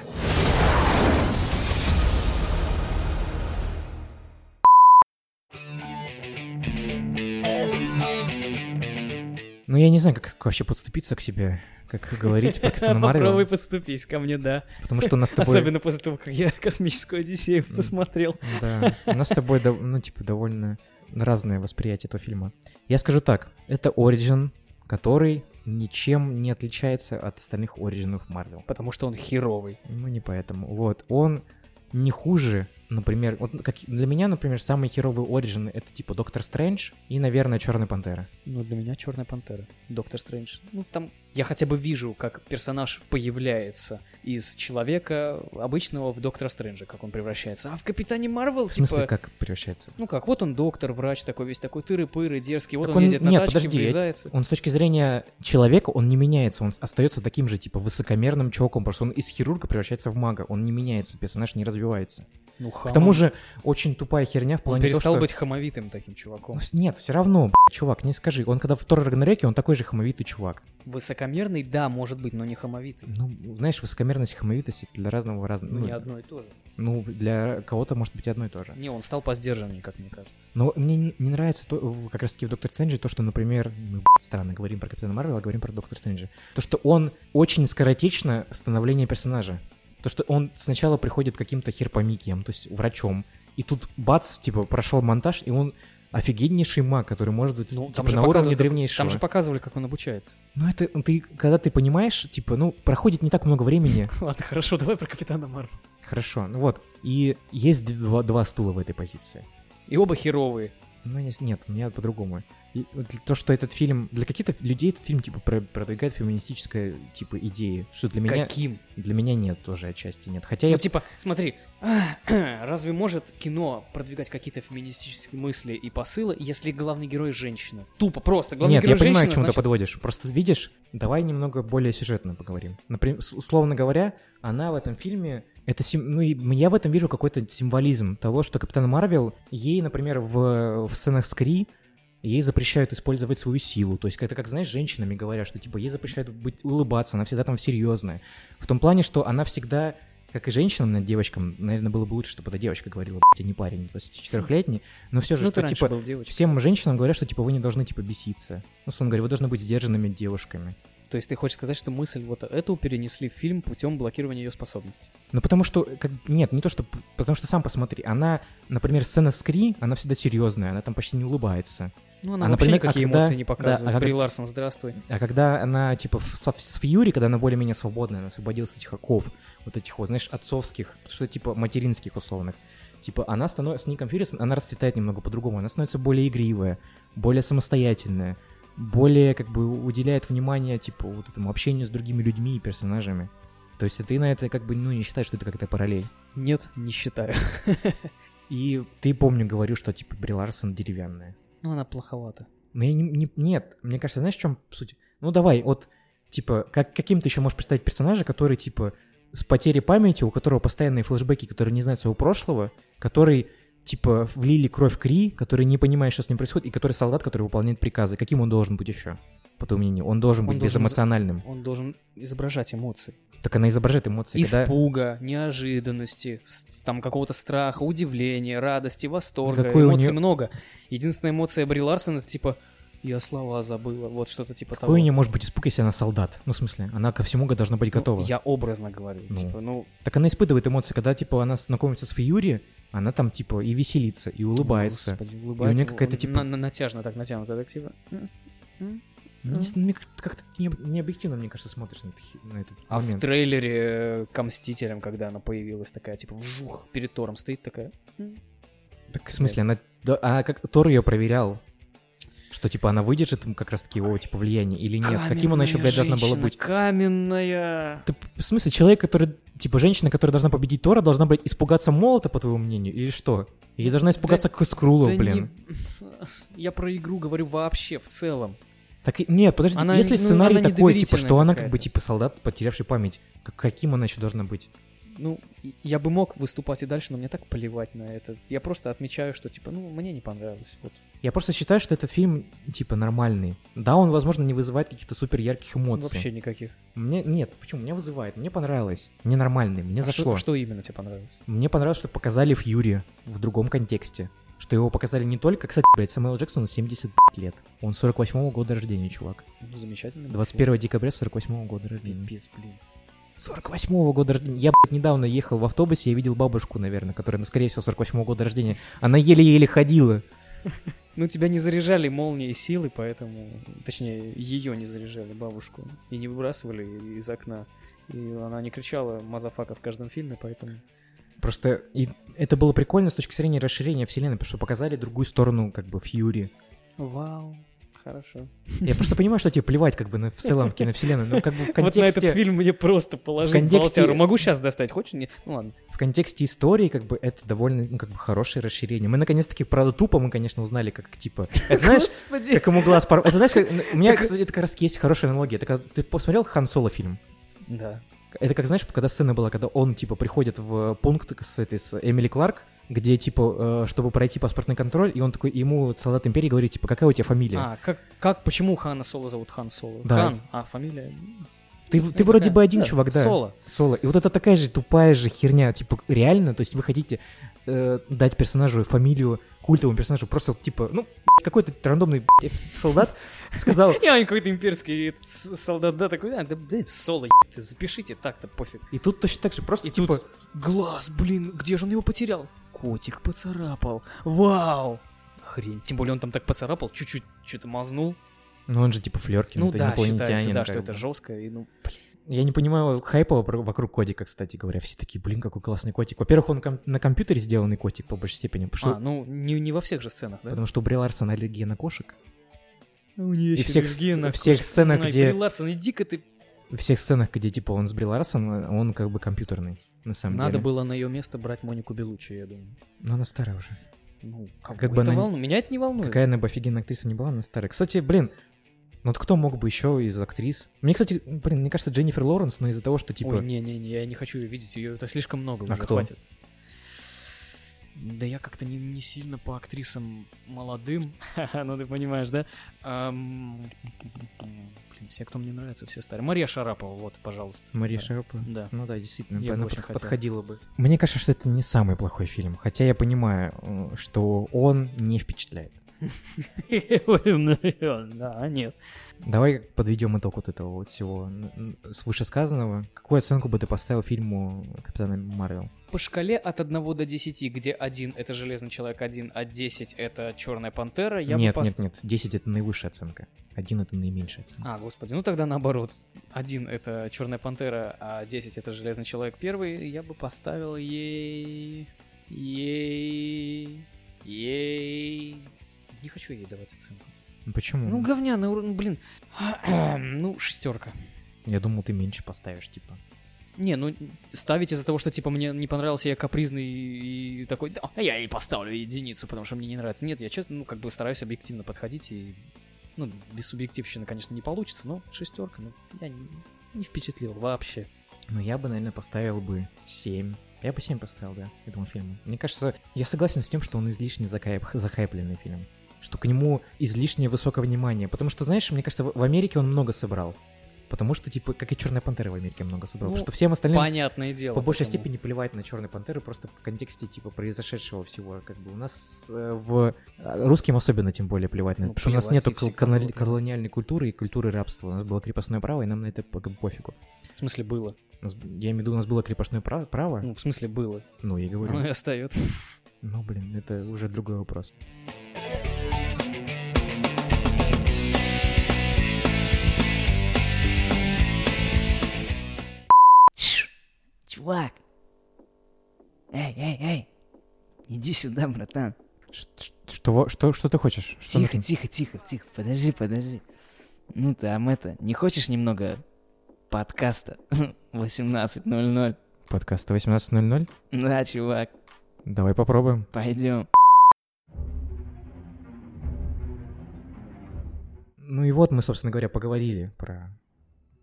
Speaker 1: Ну, я не знаю, как вообще подступиться к себе как говорить
Speaker 2: [LAUGHS]
Speaker 1: про Капитана
Speaker 2: Попробуй
Speaker 1: Марвел,
Speaker 2: подступись ко мне, да.
Speaker 1: потому что у нас с тобой...
Speaker 2: Особенно после того, как я [LAUGHS] «Космическую Одиссею» посмотрел.
Speaker 1: Да, у нас с тобой, дов- ну, типа, довольно разное восприятие этого фильма. Я скажу так, это Origin, который ничем не отличается от остальных Ориджинов Марвел.
Speaker 2: Потому что он херовый.
Speaker 1: Ну, не поэтому. Вот, он не хуже, например, вот как для меня, например, самые херовые Ориджины это типа Доктор Стрэндж и, наверное, Черная Пантера.
Speaker 2: Ну, для меня Черная Пантера, Доктор Стрэндж. Ну, там я хотя бы вижу, как персонаж появляется из человека обычного в Доктора Стрэнджа, как он превращается. А в Капитане Марвел,
Speaker 1: В смысле,
Speaker 2: типа...
Speaker 1: как превращается?
Speaker 2: Ну как, вот он доктор, врач такой, весь такой тыры-пыры, дерзкий, вот
Speaker 1: Так
Speaker 2: он,
Speaker 1: он-
Speaker 2: едет на
Speaker 1: нет,
Speaker 2: тачке,
Speaker 1: подожди, я-
Speaker 2: врезается.
Speaker 1: Он с точки зрения человека, он не меняется, он остается таким же, типа, высокомерным чуваком, просто он из хирурга превращается в мага, он не меняется, персонаж не развивается.
Speaker 2: Ну,
Speaker 1: К
Speaker 2: хам.
Speaker 1: тому же, очень тупая херня в
Speaker 2: он
Speaker 1: плане того,
Speaker 2: перестал
Speaker 1: что-
Speaker 2: быть хамовитым таким чуваком.
Speaker 1: Ну, с- Нет, все равно, б***ь, чувак, не скажи. Он когда в Тор Рагнареке, он такой же хамовитый чувак.
Speaker 2: Высокомерный, да, может быть, но не хамовитый.
Speaker 1: Ну, знаешь, высокомерность и хамовитость это для разного разного.
Speaker 2: Ну,
Speaker 1: Ну,
Speaker 2: не одно и то же.
Speaker 1: ну, для кого-то может быть одно и то же.
Speaker 2: Не, он стал посдержаннее, как мне кажется.
Speaker 1: Но мне не- не нравится то, в- как раз таки в Доктор Стрэнджи то, что, например, мы б***ь, странно говорим про Капитана Марвела, а говорим про Доктор Стрэнджа. То, что он очень скоротечно становление персонажа. То, что он сначала приходит каким-то херпомикием, то есть врачом. И тут бац, типа, прошел монтаж, и он офигеннейший маг, который может быть
Speaker 2: Ну,
Speaker 1: типа, на
Speaker 2: показывают,
Speaker 1: уровне
Speaker 2: как-
Speaker 1: древнейшего.
Speaker 2: Там же показывали, как он обучается. [LAUGHS]
Speaker 1: Ну, это ты, когда ты понимаешь, типа, ну, проходит не так много
Speaker 2: [LAUGHS]
Speaker 1: времени.
Speaker 2: Ладно, хорошо, давай про Капитана Марвел.
Speaker 1: Хорошо, ну вот. И есть д- два, два стула в этой позиции.
Speaker 2: И оба херовые.
Speaker 1: Ну, не- нет, у меня по-другому. И вот для- то, что этот фильм... Для каких-то людей этот фильм, типа, про- продвигает феминистическое, типа, идеи. Что для меня...
Speaker 2: Каким?
Speaker 1: Для меня нет тоже отчасти, нет. Хотя
Speaker 2: Ну,
Speaker 1: я...
Speaker 2: типа, смотри, [CLEARS THROAT] разве может кино продвигать какие-то феминистические мысли и посылы, если главный герой женщина? Тупо, просто. Главный
Speaker 1: Нет,
Speaker 2: герой
Speaker 1: я понимаю,
Speaker 2: женщина,
Speaker 1: к чему ты
Speaker 2: значит,
Speaker 1: подводишь. Просто видишь, давай немного более сюжетно поговорим. Например, с- условно говоря, она в этом фильме это сим- ну и я в этом вижу какой-то символизм того, что Капитан Марвел ей, например, в, в сценах с Кри ей запрещают использовать свою силу. То есть это как, знаешь, женщинами говорят, что типа ей запрещают быть, улыбаться, она всегда там серьезная. В том плане, что она всегда, как и женщинам, над девочкам, наверное, было бы лучше, чтобы эта девочка говорила, «Б***ь, а не парень 24-летний, но все же,
Speaker 2: Ну, ты
Speaker 1: что
Speaker 2: раньше
Speaker 1: типа
Speaker 2: был девочкой.
Speaker 1: всем женщинам говорят, что типа вы не должны типа беситься. Ну, условно говоря, вы должны быть сдержанными девушками.
Speaker 2: То есть ты хочешь сказать, что мысль вот эту перенесли в фильм путем блокирования ее способностей?
Speaker 1: Ну, потому что, как, нет, не то, что, потому что сам посмотри, она, например, сцена с Кри, она всегда серьезная, она там почти не улыбается.
Speaker 2: Ну, она
Speaker 1: А,
Speaker 2: вообще
Speaker 1: например, а
Speaker 2: никакие
Speaker 1: когда-
Speaker 2: эмоции не
Speaker 1: да, а
Speaker 2: показывает.
Speaker 1: когда-
Speaker 2: Бри Ларсон, здравствуй.
Speaker 1: А когда она, типа, в, со- с Фьюри, когда она более-менее свободная, она освободилась от этих оков, вот этих вот, знаешь, отцовских, что типа материнских условных, типа, она становится, с Ником Фьюри, она расцветает немного по-другому, она становится более игривая, более самостоятельная, более, как бы, уделяет внимание, типа, вот этому общению с другими людьми и персонажами. То есть ты на это, как бы, ну, не считаешь, что это как-то параллель.
Speaker 2: Нет, не считаю.
Speaker 1: И ты, помню, говорю, что, типа, Бри Ларсон деревянная.
Speaker 2: Ну, она плоховата.
Speaker 1: Ну, я не, не- нет, мне кажется, знаешь, в чем суть? Ну, давай, вот, типа, как, каким ты еще можешь представить персонажа, который, типа, с потерей памяти, у которого постоянные флешбеки, который не знает своего прошлого, который, типа, влили кровь Кри, который не понимает, что с ним происходит, и который солдат, который выполняет приказы. Каким он должен быть еще? По твоему мнению, он должен
Speaker 2: Он
Speaker 1: быть
Speaker 2: должен за-
Speaker 1: безэмоциональным.
Speaker 2: Он должен изображать эмоции.
Speaker 1: Так она изображает эмоции, когда-
Speaker 2: Испуга, неожиданности, с- там какого-то страха, удивления, радости, восторга.
Speaker 1: Какой у
Speaker 2: Эмоций
Speaker 1: неё-
Speaker 2: много. Единственная эмоция Бри Ларсон это типа «я слова забыла», вот что-то типа того.
Speaker 1: Какой у нее может быть испуг, если она солдат? Ну, в смысле, она ко всему должна быть
Speaker 2: Ну,
Speaker 1: готова.
Speaker 2: я образно говорю.
Speaker 1: Ну.
Speaker 2: Типа, ну,
Speaker 1: Так она испытывает эмоции, когда, типа, она знакомится с Фьюри, она там, типа, и веселится, и улыбается.
Speaker 2: ну, Господи, улыбается.
Speaker 1: какая-то,
Speaker 2: Он
Speaker 1: типа-
Speaker 2: на- на- натяжно так натянуто, так типа. «М, м,
Speaker 1: Ну, не знаю, мне как- как-то не, не объективно, мне кажется, смотришь на, этот хи- на этот
Speaker 2: А в
Speaker 1: момент.
Speaker 2: трейлере э, ко Мстителям, когда она появилась, такая, типа, вжух, перед Тором стоит такая.
Speaker 1: Так, в смысле, она, да, а как Тор ее проверял, что, типа, она выдержит ему как раз-таки его, типа, влияние или нет? Каким она еще,
Speaker 2: «Каменная
Speaker 1: блядь, должна была
Speaker 2: женщина,
Speaker 1: быть?
Speaker 2: Каменная.
Speaker 1: Ты п- в смысле, человек, который, типа, женщина, которая должна победить Тора, должна, блядь, испугаться молота, по твоему мнению, или что? Или должна испугаться к Скрулу,
Speaker 2: Да не-
Speaker 1: блин.
Speaker 2: [LAUGHS] Я про игру говорю вообще в целом.
Speaker 1: Так, и- нет, подожди,
Speaker 2: Она,
Speaker 1: если
Speaker 2: ну,
Speaker 1: сценарий
Speaker 2: она
Speaker 1: такой, типа, что
Speaker 2: недоверительная
Speaker 1: она как бы,
Speaker 2: какая-то.
Speaker 1: типа, солдат, потерявший память, к- каким она еще должна быть?
Speaker 2: Ну, и- я бы мог выступать и дальше, но мне так плевать на это. Я просто отмечаю, что типа, ну, мне не понравилось. Вот.
Speaker 1: Я просто считаю, что этот фильм, типа, нормальный. Да, он, возможно, не вызывает каких-то супер ярких эмоций.
Speaker 2: Ну, Вообще никаких.
Speaker 1: Мне нет, почему? Меня вызывает, мне понравилось. Мне нормальный, мне
Speaker 2: А что-
Speaker 1: зашло.
Speaker 2: Что именно тебе понравилось?
Speaker 1: Мне понравилось, что показали Фьюри в другом контексте. что его показали не только, кстати, блядь, Самуэлу Джексону 70 лет. Он 48 года рождения, чувак.
Speaker 2: Ну, Замечательно.
Speaker 1: 21 декабря 48 года рождения.
Speaker 2: Пипец, блин.
Speaker 1: 48 года рождения. Я, блядь, недавно ехал в автобусе, я видел бабушку, наверное, которая, ну, скорее всего, 48 года рождения. Она еле-еле ходила.
Speaker 2: Ну, тебя не заряжали молнией силы, поэтому... Точнее, ее не заряжали, бабушку. И не выбрасывали из окна. И она не кричала «Мазафака» в каждом фильме, поэтому...
Speaker 1: Просто и это было прикольно с точки зрения расширения вселенной, потому что показали другую сторону, как бы, Фьюри.
Speaker 2: Вау, хорошо.
Speaker 1: Я просто понимаю, что тебе плевать, как бы, на, в целом киновселенную, но как бы в контексте...
Speaker 2: [LAUGHS] Вот на этот фильм мне просто положить
Speaker 1: контексте-
Speaker 2: болтеру. Могу сейчас достать, хочешь? Не? Ну ладно.
Speaker 1: в контексте истории, как бы, это довольно, ну, как бы, хорошее расширение. Мы, наконец-таки, правда, тупо мы, конечно, узнали, как,
Speaker 2: [LAUGHS]
Speaker 1: типа, это, знаешь,
Speaker 2: Господи.
Speaker 1: как ему глаз порвал. Это, знаешь, как- у меня, кстати, это как раз есть хорошая аналогия. Это как- Ты посмотрел Хан Соло фильм?
Speaker 2: Да.
Speaker 1: Это как, знаешь, когда сцена была, когда он, типа, приходит в пункт с этой, с Эмили Кларк, где, типа, э, чтобы пройти паспортный контроль, и он такой, ему солдат империи говорит, типа, какая у тебя фамилия?
Speaker 2: А, как, как, почему Хана Соло зовут Хан Соло?
Speaker 1: Да.
Speaker 2: Хан, а фамилия?
Speaker 1: Ты, ты вроде
Speaker 2: такая,
Speaker 1: бы один
Speaker 2: да,
Speaker 1: чувак, да.
Speaker 2: Соло.
Speaker 1: Соло. И вот это такая же тупая же херня. Типа, реально, то есть вы хотите э, дать персонажу фамилию культовому персонажу, просто, типа, ну, [LAUGHS] какой-то рандомный блядь, солдат сказал...
Speaker 2: Я он какой-то имперский этот с- солдат, да, такой, «А, да, да, да, Соло, еб ты, запишите, так-то пофиг.
Speaker 1: И тут точно так же, просто,
Speaker 2: И
Speaker 1: типа...
Speaker 2: тут глаз, блин, где же он его потерял? Котик поцарапал. Вау! Хрень. Тем более он там так поцарапал, чуть-чуть что-то мазнул.
Speaker 1: Ну, он же, типа, Флеркин,
Speaker 2: ну
Speaker 1: это
Speaker 2: да, считается,
Speaker 1: инопланетянин,
Speaker 2: да,
Speaker 1: как
Speaker 2: что
Speaker 1: бы.
Speaker 2: это жестко. И, ну, блин.
Speaker 1: Я не понимаю хайпа вокруг- вокруг котика, кстати говоря. Все такие, блин, какой классный котик. Во-первых, он ком- на компьютере сделанный котик, по большей степени. Потому что,
Speaker 2: А, ну, не, не во всех же сценах, да?
Speaker 1: потому что у Бри Ларсона аллергия на кошек.
Speaker 2: У нее
Speaker 1: и всех с- всех сценах, где-
Speaker 2: Ларсон, иди-ка ты...
Speaker 1: В всех сценах, где, типа, он с Бри Ларсон, он как бы компьютерный, на самом
Speaker 2: Надо
Speaker 1: деле.
Speaker 2: было на ее место брать Монику Белучи, я думаю.
Speaker 1: Но она старая уже.
Speaker 2: Ну, кого
Speaker 1: Как бы
Speaker 2: это
Speaker 1: она не-
Speaker 2: волнует? Меня это не волнует.
Speaker 1: Какая она бы офигенная актриса не была, она старая. Кстати, блин, ну вот кто мог бы еще из актрис? Мне, кстати, блин, мне кажется, Дженнифер Лоуренс, но из-за того, что, типа,
Speaker 2: Ой, не-не-не, я не хочу ее видеть, ее это слишком много
Speaker 1: А
Speaker 2: уже,
Speaker 1: кто?
Speaker 2: хватит. Да я как-то не, не сильно по актрисам молодым, [LAUGHS] ну ты понимаешь, да? Ам, блин, все, кто мне нравится, все старые. Мария Шарапова, вот, пожалуйста.
Speaker 1: Мария
Speaker 2: Да.
Speaker 1: Шарапова.
Speaker 2: Да.
Speaker 1: Ну да, действительно,
Speaker 2: Я бы
Speaker 1: она
Speaker 2: очень
Speaker 1: под-
Speaker 2: хотел.
Speaker 1: подходила
Speaker 2: [LAUGHS]
Speaker 1: бы. Мне кажется, что это не самый плохой фильм, хотя я понимаю, э, что он не впечатляет.
Speaker 2: ну, [LAUGHS] Да, нет.
Speaker 1: Давай подведем итог вот этого вот всего м, м, с вышесказанного. Какую оценку бы ты поставил фильму Капитана Марвел?
Speaker 2: По шкале от 1 до 10, где 1 это Железный Человек 1, а 10 это Черная Пантера, я
Speaker 1: нет,
Speaker 2: бы пос-
Speaker 1: нет, нет, 10 это наивысшая оценка, 1 это наименьшая оценка.
Speaker 2: А, господи, ну тогда наоборот. Один это Черная Пантера, а 10 это Железный Человек Первый. Я бы поставил ей... Ей... Ей... Не хочу ей давать оценку.
Speaker 1: Ну Почему?
Speaker 2: Ну, говняный уровень, блин. [CLEARS THROAT] ну, шестерка.
Speaker 1: я думал, ты меньше поставишь, типа.
Speaker 2: Не, ну, ставить из-за того, что, типа, мне не понравился я капризный и такой, да, а я ей поставлю единицу, потому что мне не нравится. Нет, я честно, ну, как бы стараюсь объективно подходить и... Ну, без субъективщины, конечно, не получится, но шестерка, ну, я не, не впечатлил вообще.
Speaker 1: Ну, я бы, наверное, поставил бы 7. Я бы 7 поставил, да, этому фильму. Мне кажется, я согласен с тем, что он излишне закайп- захайпленный фильм. Что к нему излишне высокое внимание. Потому что, знаешь, мне кажется, в в Америке он много собрал. Потому что, типа, как и Черная Пантера в Америке много собрал.
Speaker 2: Ну,
Speaker 1: потому что всем остальным
Speaker 2: Понятное дело.
Speaker 1: по большей
Speaker 2: потому-
Speaker 1: степени плевать на Черную Пантеру просто в контексте, типа, произошедшего всего. Как бы у нас э, в... э, Русским особенно, тем более, плевать на
Speaker 2: Ну,
Speaker 1: это. Потому что у нас
Speaker 2: плевать,
Speaker 1: нету
Speaker 2: и всегда
Speaker 1: колони-
Speaker 2: было плевать.
Speaker 1: колониальной культуры и культуры рабства. У нас было крепостное право, и нам на это по- пофигу.
Speaker 2: В смысле, было.
Speaker 1: У нас- я имею в виду, у нас было крепостное пра- право.
Speaker 2: Ну, в смысле, было.
Speaker 1: Ну, я говорю.
Speaker 2: Ну и остается.
Speaker 1: Ну, блин, это уже другой вопрос.
Speaker 6: Чувак! Эй, эй, эй! Иди сюда, братан.
Speaker 1: Что, что, что ты хочешь? Что
Speaker 6: Тихо,
Speaker 1: нужно?
Speaker 6: тихо, тихо, тихо. Подожди, подожди. Ну там это, не хочешь немного подкаста [LAUGHS] 18.00?
Speaker 1: Подкаст 18.00?
Speaker 6: Да, чувак,
Speaker 1: Давай попробуем.
Speaker 6: пойдем.
Speaker 1: Ну и вот мы, собственно говоря, поговорили про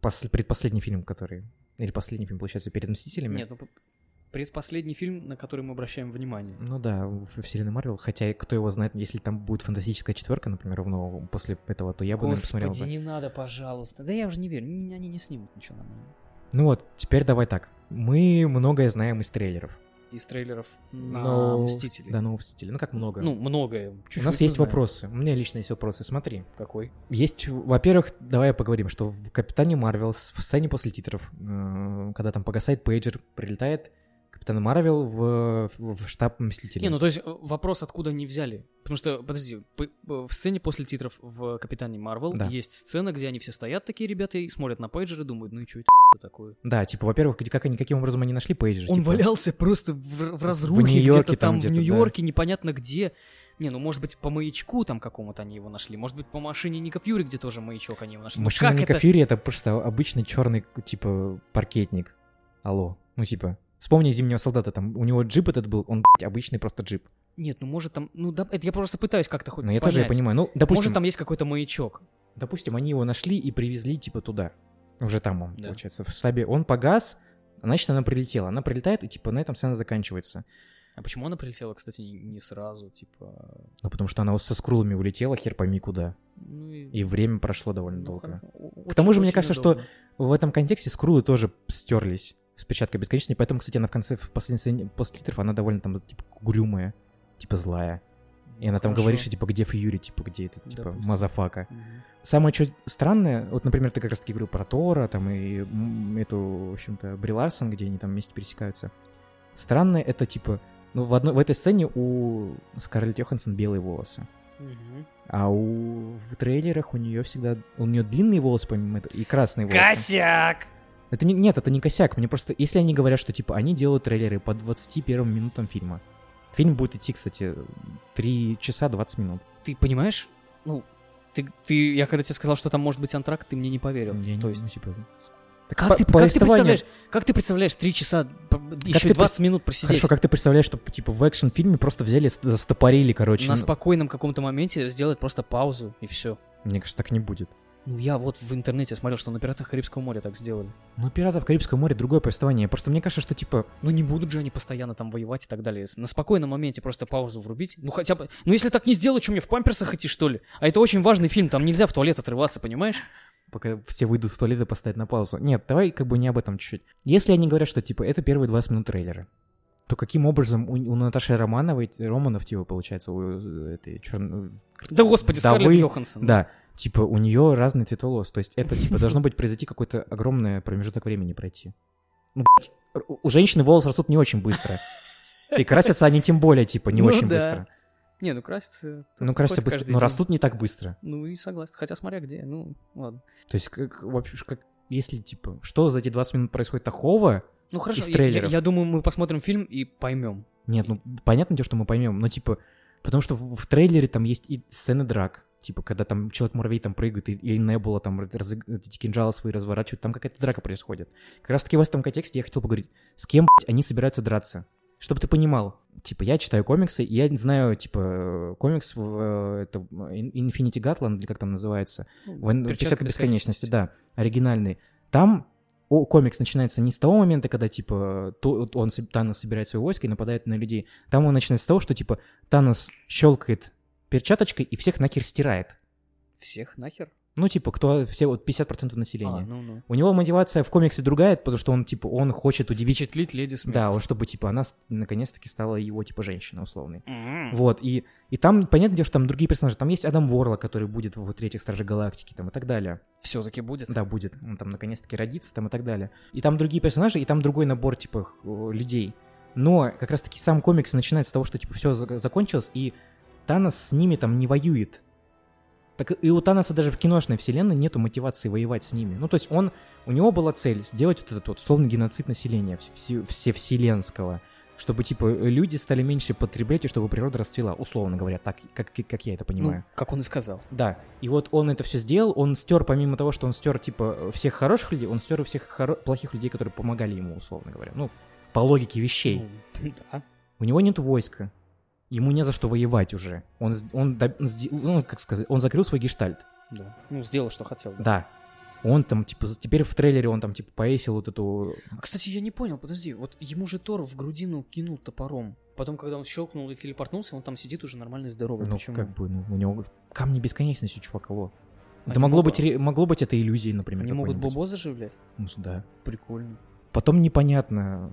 Speaker 1: пос- предпоследний фильм, который... Или последний фильм, получается, перед «Мстителями».
Speaker 2: Нет, ну, п- предпоследний фильм, на который мы обращаем внимание.
Speaker 1: Ну да, в вселенной Марвел, хотя кто его знает, если там будет фантастическая четверка, например, в новом, после этого, то я бы наверное, посмотрел.
Speaker 2: Господи,
Speaker 1: бы.
Speaker 2: не надо, пожалуйста. Да я уже не верю, н- они не снимут ничего нормального.
Speaker 1: Ну вот, теперь давай так. Мы многое знаем из трейлеров.
Speaker 2: из трейлеров на
Speaker 1: Но-
Speaker 2: Мстителей.
Speaker 1: Да, нового Мстителя. Ну как много.
Speaker 2: Ну, многое. Чуть-чуть
Speaker 1: У нас
Speaker 2: мы
Speaker 1: есть
Speaker 2: знаем.
Speaker 1: вопросы. У меня лично есть вопросы. Смотри.
Speaker 2: Какой?
Speaker 1: Есть, во-первых, давай поговорим, что в Капитане Марвел с- в сцене после титров, э, когда там погасает пейджер, прилетает Капитан Марвел в, в штаб Мстителей.
Speaker 2: Не, ну то есть э, вопрос, откуда они взяли. Потому что, подожди, п- э, в сцене после титров в Капитане Марвел
Speaker 1: Да.
Speaker 2: есть сцена, где они все стоят, такие ребята, и смотрят на пейджеры и думают, ну и что это [LAUGHS] такое?
Speaker 1: Да, типа, во-первых, где- как они каким образом они нашли пейджер?
Speaker 2: Он
Speaker 1: типа?
Speaker 2: валялся просто в, в разрухе,
Speaker 1: Нью-Йорке
Speaker 2: где-то
Speaker 1: там
Speaker 2: там, в
Speaker 1: где-то, да.
Speaker 2: Нью-Йорке, непонятно где. Не, ну может быть по маячку там какому-то они его нашли, может быть по машине Ника Фьюри, где тоже маячок они его нашли. Ну,
Speaker 1: Машина
Speaker 2: как
Speaker 1: Ника
Speaker 2: это?
Speaker 1: Фьюри это просто обычный черный, типа, паркетник. Алло. Ну, типа, вспомни «Зимнего солдата», там у него джип этот был, он, блядь, обычный просто джип.
Speaker 2: Нет, ну может там, ну да, это я просто пытаюсь как-то хоть
Speaker 1: Но я тоже я
Speaker 2: понять.
Speaker 1: понимаю. Ну, допустим,
Speaker 2: Может там есть какой-то маячок.
Speaker 1: допустим, они его нашли и привезли, типа, туда. Уже там он,
Speaker 2: Да.
Speaker 1: получается, в штабе. Он погас, значит, она прилетела. Она прилетает, и, типа, на этом сцена заканчивается.
Speaker 2: А почему она прилетела, кстати, не- не сразу, типа...
Speaker 1: Ну, потому что она вот со скрулами улетела, хер пойми куда.
Speaker 2: Ну
Speaker 1: И время прошло довольно долго.
Speaker 2: К
Speaker 1: тому же, мне кажется, что В этом контексте скрулы тоже стерлись с печаткой бесконечной, поэтому, кстати, она в конце, в последней сцене, после титров, она довольно там, типа, грюмая, типа, злая. И она там
Speaker 2: Хорошо.
Speaker 1: говорит, что, типа, где Фьюри, типа, где этот, типа,
Speaker 2: Допустим.
Speaker 1: мазафака. Самое что странное, вот, например, ты как раз-таки говорил про Тора, там, и м, эту, в общем-то, Бри Ларсон, где они там вместе пересекаются. Странное это, типа, ну, в, одной, в этой сцене у Скарлетт Йоханссон белые волосы. А у в трейлерах у нее всегда у нее длинные волосы помимо этого и красные волосы.
Speaker 2: Косяк!
Speaker 1: Это не, нет, это не косяк. Мне просто, если они говорят, что типа они делают трейлеры по 21 минутам фильма. Фильм будет идти, кстати, 3 часа 20 минут.
Speaker 2: Ты понимаешь? Ну, ты, ты, я когда тебе сказал, что там может быть антракт, ты мне не поверил.
Speaker 1: Я не-
Speaker 2: То
Speaker 1: ну,
Speaker 2: есть,
Speaker 1: типа, так
Speaker 2: как,
Speaker 1: по-
Speaker 2: ты, как ты
Speaker 1: повествование-
Speaker 2: представляешь, как ты представляешь три часа, еще
Speaker 1: ты
Speaker 2: 20 минут просидеть?
Speaker 1: Хорошо, как ты представляешь, что типа в экшн-фильме просто взяли, с- застопорили, короче.
Speaker 2: на
Speaker 1: ну,
Speaker 2: спокойном каком-то моменте сделать просто паузу и все.
Speaker 1: Мне кажется, так не будет.
Speaker 2: Ну, я вот в интернете смотрел, что на «Пиратах Карибского моря» так сделали.
Speaker 1: Ну, «Пиратов Карибского моря» другое повествование. Просто мне кажется, что типа...
Speaker 2: Ну, не будут же они постоянно там воевать и так далее. На спокойном моменте просто паузу врубить. Ну, хотя бы... Ну, если так не сделать, что мне в памперсах идти, что ли? А это очень важный фильм, там нельзя в туалет отрываться, понимаешь?
Speaker 1: пока все выйдут в туалет и поставят на паузу. Нет, давай как бы не об этом чуть-чуть. Если они говорят, что типа это первые 20 минут трейлера, то каким образом у, у Наташи Романовой, Романов, типа, получается, у э, этой черной...
Speaker 2: Да господи,
Speaker 1: Да
Speaker 2: Скарлетт
Speaker 1: вы-
Speaker 2: Йоханссон.
Speaker 1: Да, типа у нее разный цвет волос. То есть это, типа, должно быть произойти какой-то огромный промежуток времени пройти. Ну, блядь, у- у женщины волосы растут не очень быстро. И красятся они тем более, типа, не
Speaker 2: Ну
Speaker 1: очень
Speaker 2: да.
Speaker 1: быстро.
Speaker 2: Не, ну красится,
Speaker 1: Ну, красятся
Speaker 2: Хоть
Speaker 1: быстро,
Speaker 2: каждый
Speaker 1: но
Speaker 2: день.
Speaker 1: растут не так быстро.
Speaker 2: ну и согласен. Хотя смотря где, ну ладно.
Speaker 1: То есть, как, вообще, как, если, типа, что за эти 20 минут происходит такого,
Speaker 2: Ну хорошо,
Speaker 1: Из
Speaker 2: я- я,
Speaker 1: трейлеров.
Speaker 2: я думаю, мы посмотрим фильм и поймем.
Speaker 1: Нет, ну понятно, дело, что мы поймем, но типа, потому что в, в трейлере там есть и сцены драк, типа, когда там человек-муравей там прыгает, и- или Небула там раз- эти кинжалы свои разворачивает, там какая-то драка происходит. Как раз таки в этом контексте я хотел поговорить, с кем, блядь, они собираются драться? Чтобы ты понимал, типа, я читаю комиксы, и я знаю, типа, э, комикс, в, э, это Ин- Infinity Gatland, или как там называется, Войн- Перчатка бесконечности, да, оригинальный. Там о, комикс начинается не с того момента, когда, типа, то- вот он, соб- Танос собирает свое войско и нападает на людей. Там он начинается с того, что, типа, Танос щелкает перчаточкой и всех нахер стирает.
Speaker 2: Всех нахер?
Speaker 1: Ну, типа, кто все, вот 50%
Speaker 2: А,
Speaker 1: населения.
Speaker 2: ну ну.
Speaker 1: У него мотивация в комиксе другая, потому что он, типа, он хочет удивить...
Speaker 2: Впечатлить Леди Смерть.
Speaker 1: Да, вот чтобы, типа, она с- наконец-таки стала его, типа, женщиной условной.
Speaker 2: Мгм.
Speaker 1: Вот, и, и там, понятное дело, что там другие персонажи. Там есть Адам Ворла, который будет в третьих Страже Галактики, там, и так далее.
Speaker 2: Все-таки будет.
Speaker 1: Да, будет. Он там наконец-таки родится, там и так далее. И там другие персонажи, и там другой набор, типа, х- э, людей. Но как раз-таки сам комикс начинается с того, что, типа, все закончилось, и Танос с ними там не воюет. Так и у Таноса даже в киношной вселенной нету мотивации воевать с ними. Ну, то есть он, у него была цель сделать вот этот вот условный геноцид населения вс- вс- всевселенского, чтобы, типа, люди стали меньше потреблять и чтобы природа расцвела, условно говоря, так, как, как я это понимаю.
Speaker 2: Ну, как он и сказал.
Speaker 1: Да, и вот он это все сделал, он стер, помимо того, что он стер, типа, всех хороших людей, он стер и всех хоро- плохих людей, которые помогали ему, условно говоря. Ну, по логике вещей.
Speaker 2: Ну, [LAUGHS] да.
Speaker 1: У него нет войска. Ему не за что воевать уже. Он, с- он, доб- сде- ну, как сказать, он закрыл свой гештальт.
Speaker 2: Да. Ну, сделал, что хотел. да.
Speaker 1: Да. Он там, типа, за- теперь в трейлере он там, типа, повесил вот эту...
Speaker 2: А, кстати, я не понял, подожди, вот ему же Тор в грудину кинул топором. Потом, когда он щелкнул и телепортнулся, он там сидит уже нормально здоровый.
Speaker 1: Ну,
Speaker 2: А Почему?
Speaker 1: как бы, ну, у него камни бесконечности, чувак, алло.
Speaker 2: Они
Speaker 1: Это могло
Speaker 2: могут-
Speaker 1: быть, ре- могло быть это иллюзией, например, Ну,
Speaker 2: Они могут
Speaker 1: какой-нибудь.
Speaker 2: бобо заживлять?
Speaker 1: Ну, да.
Speaker 2: Прикольно.
Speaker 1: Потом непонятно,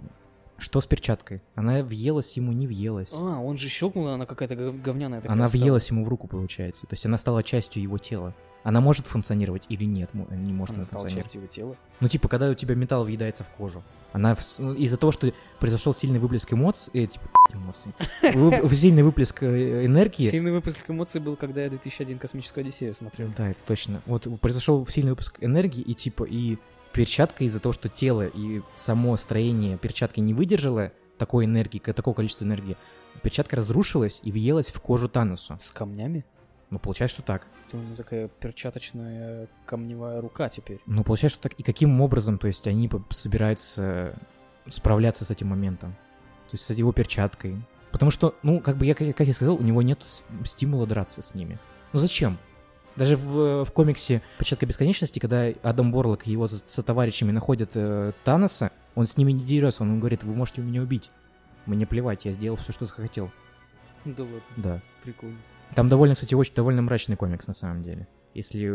Speaker 1: Что с перчаткой? Она въелась ему, не въелась.
Speaker 2: А, он же щелкнула, она какая-то гов- говняная такая
Speaker 1: Она
Speaker 2: стала.
Speaker 1: въелась ему в руку, получается. То есть она стала частью его тела. Она может функционировать или нет, мо- не может
Speaker 2: Она
Speaker 1: она
Speaker 2: стала
Speaker 1: функционировать.
Speaker 2: частью его тела.
Speaker 1: Ну, типа, когда у тебя металл въедается в кожу. Она вс- ну, из-за того, что произошел сильный выплеск эмоций, э, типа, [LAUGHS]
Speaker 2: [LAUGHS]
Speaker 1: эмоций, Вып- сильный выплеск э, энергии,
Speaker 2: Сильный выпуск эмоций был, когда я 2001 «Космическую Одиссею» смотрел.
Speaker 1: Да, это точно. Вот произошел сильный выпуск энергии, и типа, и перчатка из-за того, что тело и само строение перчатки не выдержало такой энергии, ка- такого количества энергии, перчатка разрушилась и въелась в кожу Таносу.
Speaker 2: С камнями?
Speaker 1: Ну, получается, что так.
Speaker 2: Это у него такая перчаточная камневая рука теперь.
Speaker 1: Ну, получается, что так. И каким образом, то есть, они п- собираются справляться с этим моментом? То есть, с его перчаткой. Потому что, ну, как бы я, как как я сказал, у него нет с- стимула драться с ними. Ну, зачем? Даже в, в комиксе «Перчатка бесконечности», когда Адам Борлок и его со- сотоварищами находят э, Таноса, он с ними не дерется, он ему говорит, вы можете меня убить. Мне плевать, я сделал все, что захотел.
Speaker 2: Ну Да вот,
Speaker 1: Да.
Speaker 2: прикольно.
Speaker 1: Там довольно, кстати, очень довольно мрачный комикс на самом деле. Если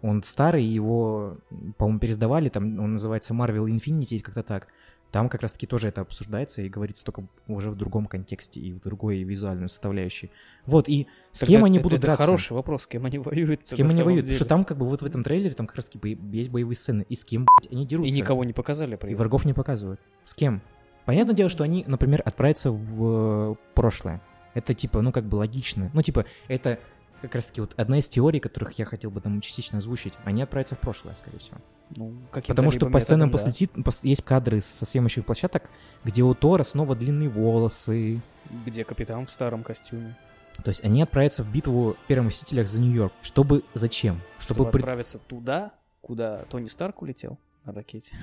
Speaker 1: он старый, его, по-моему, пересдавали, там он называется Marvel Infinity или как-то так. Там как раз-таки тоже это обсуждается и говорится только уже в другом контексте и в другой визуальной составляющей. Вот, и с кем
Speaker 2: Тогда
Speaker 1: они
Speaker 2: это-
Speaker 1: будут
Speaker 2: это
Speaker 1: драться?
Speaker 2: хороший вопрос, с кем они воюют.
Speaker 1: С кем они воюют? Потому что там как бы вот в этом трейлере там как раз-таки бо- есть боевые сцены. И с кем, блядь, они дерутся?
Speaker 2: И никого не показали при
Speaker 1: И
Speaker 2: этом.
Speaker 1: врагов не показывают. С кем? Понятное дело, что они, например, отправятся в э, прошлое. Это типа, ну как бы логично. Ну типа, это как раз таки вот одна из теорий, которых я хотел бы там частично озвучить. Они отправятся в прошлое, скорее всего.
Speaker 2: Ну, каким-то
Speaker 1: Потому что
Speaker 2: либо
Speaker 1: по
Speaker 2: методом,
Speaker 1: сценам после тит- пос- есть кадры со съемочных площадок, где у Тора снова длинные волосы.
Speaker 2: да. Где капитан в старом костюме.
Speaker 1: То есть они отправятся в битву в Первом Мстителях за Нью-Йорк. Чтобы зачем? Чтобы,
Speaker 2: Чтобы
Speaker 1: при-
Speaker 2: отправиться туда, куда Тони Старк улетел на ракете. [LAUGHS]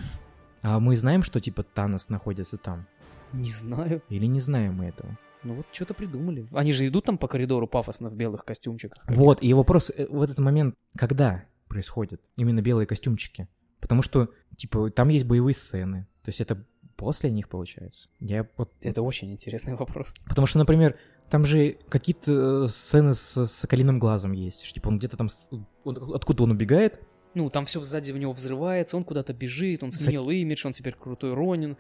Speaker 1: А мы знаем, что типа Танос находится там.
Speaker 2: Не знаю.
Speaker 1: Или не знаем мы этого?
Speaker 2: Ну вот что-то придумали. Они же идут там по коридору пафосно в белых костюмчиках.
Speaker 1: Вот, и вопрос э, в этот момент, когда происходят именно белые костюмчики? Потому что, типа, там есть боевые сцены. То есть это после них получается. Я вот...
Speaker 2: Это очень интересный вопрос.
Speaker 1: Потому что, например, там же какие-то э, сцены с с соколиным глазом есть. Что, типа, он где-то там... с- он- откуда он убегает?
Speaker 2: Ну, там все сзади в него взрывается, он куда-то бежит, он
Speaker 1: За-
Speaker 2: сменил имидж, он теперь крутой Ронин.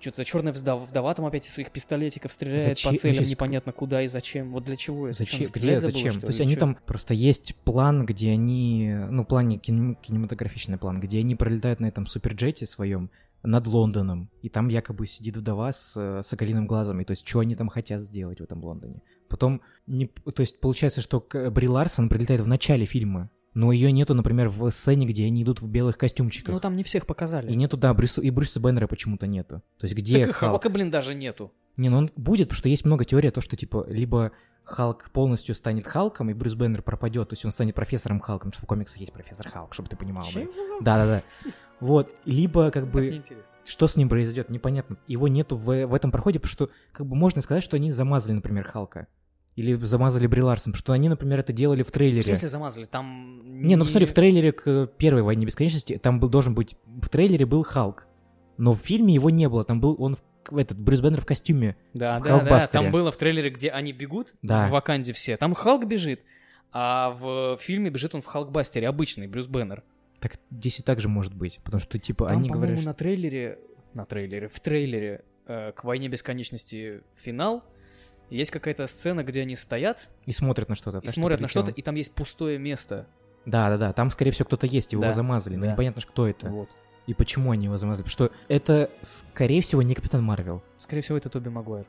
Speaker 2: Что-то черная вдова, вдова там опять из своих пистолетиков стреляет
Speaker 1: Зачем?
Speaker 2: по
Speaker 1: Ну,
Speaker 2: целям,
Speaker 1: сейчас-
Speaker 2: непонятно куда и зачем. Вот для чего это? Чё,
Speaker 1: Зачем?
Speaker 2: она стрелять
Speaker 1: Где?
Speaker 2: забыла,
Speaker 1: Зачем?
Speaker 2: что
Speaker 1: То
Speaker 2: ли,
Speaker 1: есть
Speaker 2: или
Speaker 1: они
Speaker 2: чё?
Speaker 1: там просто есть план, где они... Ну, план не кинем- кинематографичный план, где они пролетают на этом суперджете своем над Лондоном, и там якобы сидит вдова с э, соколиным глазом, и то есть что они там хотят сделать в этом Лондоне. Потом, не, п- то есть получается, что к- Бри Ларсон прилетает в начале фильма, но ее нету, например, в сцене, где они идут в белых костюмчиках.
Speaker 2: Ну, там не всех показали.
Speaker 1: И нету, да, Брюса, и Брюса Беннера почему-то нету. То есть где
Speaker 2: так и
Speaker 1: Халк?
Speaker 2: Халка, блин, даже нету.
Speaker 1: Не, ну он будет, потому что есть много теорий о том, что, типа, либо Халк полностью станет Халком, и Брюс Беннер пропадет, то есть он станет профессором Халком, потому что в комиксах есть профессор Халк, чтобы ты понимал. блин. Да-да-да. Вот, либо, как
Speaker 2: Так
Speaker 1: бы,
Speaker 2: неинтересно.
Speaker 1: что с ним произойдет, непонятно. Его нету в, в этом проходе, потому что, как бы, можно сказать, что они замазали, например, Халка. Или замазали Бри Ларсон, потому что они, например, это делали в трейлере.
Speaker 2: В смысле замазали? Там...
Speaker 1: Не, ну посмотри, в трейлере к э, первой войне бесконечности там был должен быть. В трейлере был Халк. Но в фильме его не было. Там был он в- этот Брюс Беннер в костюме.
Speaker 2: Да,
Speaker 1: в
Speaker 2: да, да,
Speaker 1: Халкбастере.
Speaker 2: там было в трейлере, где они бегут,
Speaker 1: Да.
Speaker 2: в Ваканде все, там Халк бежит, а в фильме бежит он в Халкбастере, обычный, Брюс Беннер.
Speaker 1: Так здесь и так же может быть. Потому что, типа,
Speaker 2: Там,
Speaker 1: они
Speaker 2: по-моему,
Speaker 1: говорят. что-
Speaker 2: на трейлере, на трейлере, в трейлере э, к «Войне бесконечности» финал, есть какая-то сцена, где они стоят
Speaker 1: И смотрят на что-то.
Speaker 2: и
Speaker 1: так,
Speaker 2: смотрят на что-то,
Speaker 1: прилетело.
Speaker 2: и там есть пустое место.
Speaker 1: Да, да, да. Там, скорее всего, кто-то есть, его
Speaker 2: Да.
Speaker 1: замазали. Но
Speaker 2: Да.
Speaker 1: непонятно, ж, кто это.
Speaker 2: Вот.
Speaker 1: И почему они его замазали. Потому что это, скорее всего, не Капитан Марвел.
Speaker 2: Скорее всего, это Тоби Магуайр.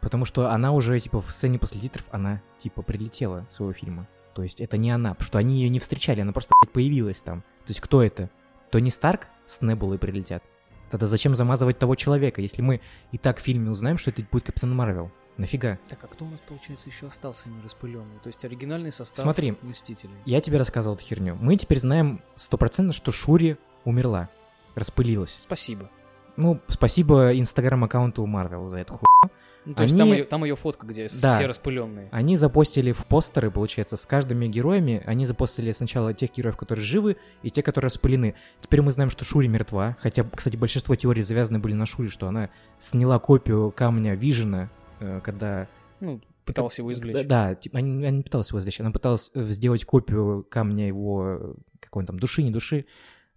Speaker 1: Потому что она уже, типа, в сцене после титров, она, типа, прилетела своего фильма. То есть это не она, потому что они ее не встречали, она просто блядь, появилась там. То есть кто это? Тони Старк с Небулой прилетят? Тогда зачем замазывать того человека, если мы и так в фильме узнаем, что это будет Капитан Марвел? Нафига?
Speaker 2: Так, а кто у нас, получается, еще остался нераспыленный? То есть оригинальный состав
Speaker 1: Смотри.
Speaker 2: Мстителей.
Speaker 1: Я тебе рассказывал эту херню. Мы теперь знаем стопроцентно, что Шури умерла. Распылилась.
Speaker 2: Спасибо.
Speaker 1: Ну, спасибо инстаграм-аккаунту Марвел за эту хуйню.
Speaker 2: Ну, то есть там
Speaker 1: Они-
Speaker 2: ее, там её фотка, где с-
Speaker 1: Да.
Speaker 2: все распыленные.
Speaker 1: Они запостили в постеры, получается, с каждыми героями. Они запостили сначала тех героев, которые живы, и те, которые распылены. Теперь мы знаем, что Шури мертва. Хотя, кстати, большинство теорий завязаны были на Шури, что она сняла копию камня Вижена, э, когда...
Speaker 2: Ну, пытался его извлечь.
Speaker 1: Да, да, типа, она, не- она не пыталась его извлечь, она пыталась э, сделать копию камня его, э, какой он там, души, не души,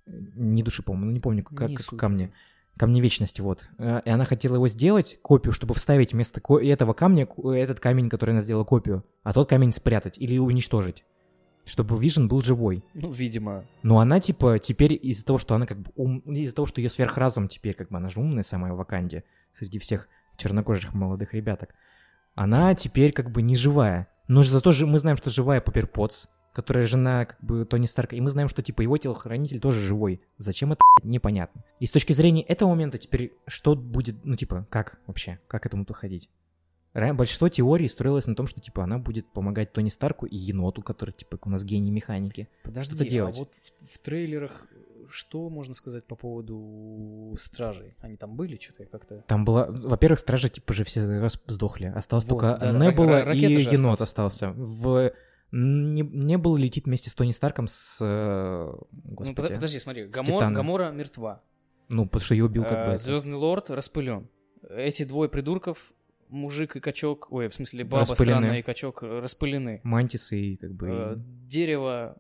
Speaker 1: э, не души, по-моему, ну не помню, как
Speaker 2: Не суть.
Speaker 1: камня. Камни Вечности, вот. Э, И она хотела его сделать, копию, чтобы вставить вместо ко- этого камня ку- э, этот камень, который она сделала копию, а тот камень спрятать или уничтожить, чтобы Вижен был живой.
Speaker 2: Ну, видимо,
Speaker 1: Но она, типа, теперь из-за того, что она как бы... ум- Из-за того, что ее сверхразум теперь, как бы, она же умная самая в Ваканде среди всех чернокожих молодых ребяток. Она теперь как бы не живая. Но зато же мы знаем, что живая Папер Потс, которая жена как бы Тони Старка. И мы знаем, что типа его телохранитель тоже живой. Зачем это блядь, непонятно. И с точки зрения этого момента теперь что будет, ну типа, как вообще, как к этому подходить? Ра- Большинство теорий строилось на том, что типа она будет помогать Тони Старку и еноту, который типа у нас гений механики.
Speaker 2: Подожди,
Speaker 1: Что-то делать.
Speaker 2: а вот в, в трейлерах что можно сказать по поводу стражей? Они там были что-то я как-то... Ну,
Speaker 1: Там была, во-первых, стражи типа же все раз сдохли. Осталось
Speaker 2: Вот,
Speaker 1: только
Speaker 2: да, ра-
Speaker 1: Небула
Speaker 2: ра-
Speaker 1: и
Speaker 2: ракета же
Speaker 1: енот остался. В не, Небула летит вместе с Тони Старком с... э,
Speaker 2: Ну,
Speaker 1: Господи.
Speaker 2: подо- подожди, смотри, Гамор,
Speaker 1: Титаном.
Speaker 2: Гамора мертва.
Speaker 1: Ну, потому что ее убил как
Speaker 2: А,
Speaker 1: бы... этот.
Speaker 2: Звездный лорд распылен. Эти двое придурков, мужик и качок, ой, в смысле баба
Speaker 1: Распылены.
Speaker 2: странная и качок, э, распылены.
Speaker 1: Мантис и как бы
Speaker 2: Э,
Speaker 1: и
Speaker 2: Дерево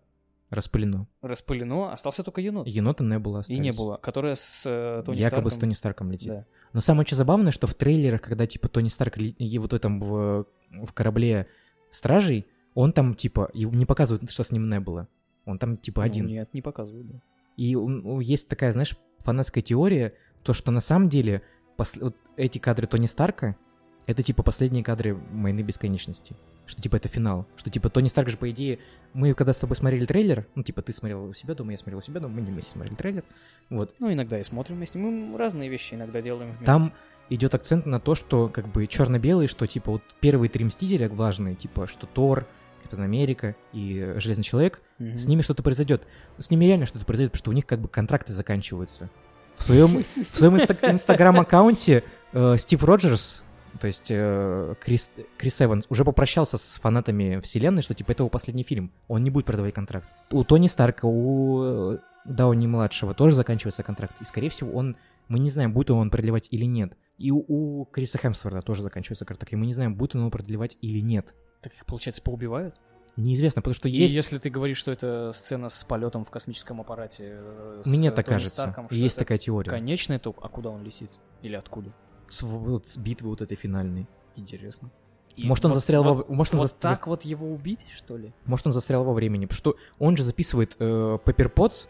Speaker 1: распылено.
Speaker 2: распылено, остался только енот.
Speaker 1: Енота Небула остались.
Speaker 2: И не было, которая с э, Тони
Speaker 1: Якобы с
Speaker 2: Старком.
Speaker 1: Тони Старком летит.
Speaker 2: Да.
Speaker 1: Но самое что забавное, что в трейлерах, когда типа Тони Старк ли- и вот в этом в, в корабле стражей, он там типа его не показывают, что с ним не было. Он там типа
Speaker 2: Ну,
Speaker 1: один.
Speaker 2: Нет, не показывают. да.
Speaker 1: И м, ну, есть такая, знаешь, фанатская теория, то, что на самом деле пос- вот эти кадры Тони Старка — это, типа, последние кадры «Войны бесконечности». Что, типа, это финал. Что, типа, Тони Старк же, по идее... Мы, когда с тобой смотрели трейлер, ну, типа, ты смотрел у себя дома, я смотрел у себя дома, мы не вместе смотрели трейлер. Вот.
Speaker 2: Ну, иногда и смотрим вместе. Мы разные вещи иногда делаем вместе.
Speaker 1: Там идет акцент на то, что, как бы, черно-белый, что, типа, вот первые три Мстителя важные, типа, что Тор, Капитан Америка и э, Железный Человек,
Speaker 2: Мгм.
Speaker 1: с ними что-то произойдет. С ними реально что-то произойдет, потому что у них как бы контракты заканчиваются. В своем, в своем инста- инстаграм-аккаунте э, Стив Роджерс, то есть э, Крис, Крис Эванс, уже попрощался с фанатами вселенной, что типа это его последний фильм, он не будет продавать контракт. У Тони Старка, у э, Дауни-младшего тоже заканчивается контракт, и скорее всего он, мы не знаем, будет он продлевать или нет. И у, у Криса Хемсворда тоже заканчивается контракт, и мы не знаем, будет он его продлевать или нет.
Speaker 2: Так их, получается, поубивают?
Speaker 1: Неизвестно, потому что
Speaker 2: И
Speaker 1: есть...
Speaker 2: если ты говоришь, что это сцена с полетом в космическом аппарате, э, с
Speaker 1: Мне
Speaker 2: Тони
Speaker 1: так кажется.
Speaker 2: Старком, что
Speaker 1: есть
Speaker 2: это
Speaker 1: такая теория.
Speaker 2: конечная то, а куда он летит? Или откуда?
Speaker 1: с, вот, с битвы вот этой финальной.
Speaker 2: Интересно.
Speaker 1: Может, он застрял во-
Speaker 2: вот-
Speaker 1: может, он
Speaker 2: вот
Speaker 1: зас-
Speaker 2: так вот его убить, что ли?
Speaker 1: Может, он застрял во времени, потому что он же записывает э, Пеппер Потс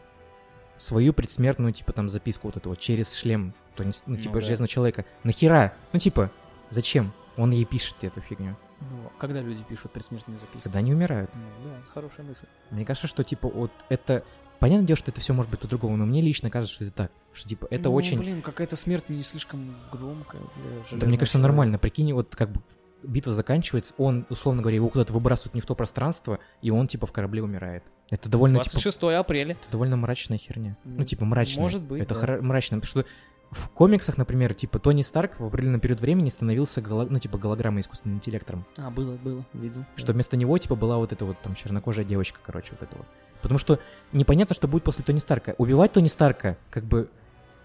Speaker 1: свою предсмертную, типа, там, записку вот эту вот через шлем, то есть, ну,
Speaker 2: Ну
Speaker 1: типа,
Speaker 2: да.
Speaker 1: Железного Человека. Нахера? Ну, типа, зачем? Он ей пишет эту фигню,
Speaker 2: Ну, когда люди пишут предсмертные записки?
Speaker 1: когда они умирают.
Speaker 2: Ну, да, это хорошая мысль.
Speaker 1: Мне кажется, что, типа, вот это... Понятное дело, что это все может быть по-другому, но мне лично кажется, что это так. Что, типа, это
Speaker 2: Ну,
Speaker 1: очень...
Speaker 2: блин, какая-то смерть не слишком громкая. для
Speaker 1: Да
Speaker 2: железного
Speaker 1: мне кажется,
Speaker 2: человека.
Speaker 1: нормально. Прикинь, вот как бы битва заканчивается, он, условно говоря, его куда-то выбрасывают не в то пространство, и он, типа, в корабле умирает. Это довольно, типа,
Speaker 2: 26 апреля.
Speaker 1: Это довольно мрачная херня.
Speaker 2: Ну,
Speaker 1: Ну, типа, мрачная.
Speaker 2: может быть,
Speaker 1: Это
Speaker 2: да.
Speaker 1: хоро- мрачно, потому что в комиксах, например, типа Тони Старк в определенный период времени становился, голо- ну, типа, голограммой искусственным интеллектом.
Speaker 2: А, было, было, видел.
Speaker 1: Что вместо него, типа, была вот эта вот там чернокожая девочка, короче, вот эта вот. Потому что непонятно, что будет после Тони Старка. Убивать Тони Старка, как бы,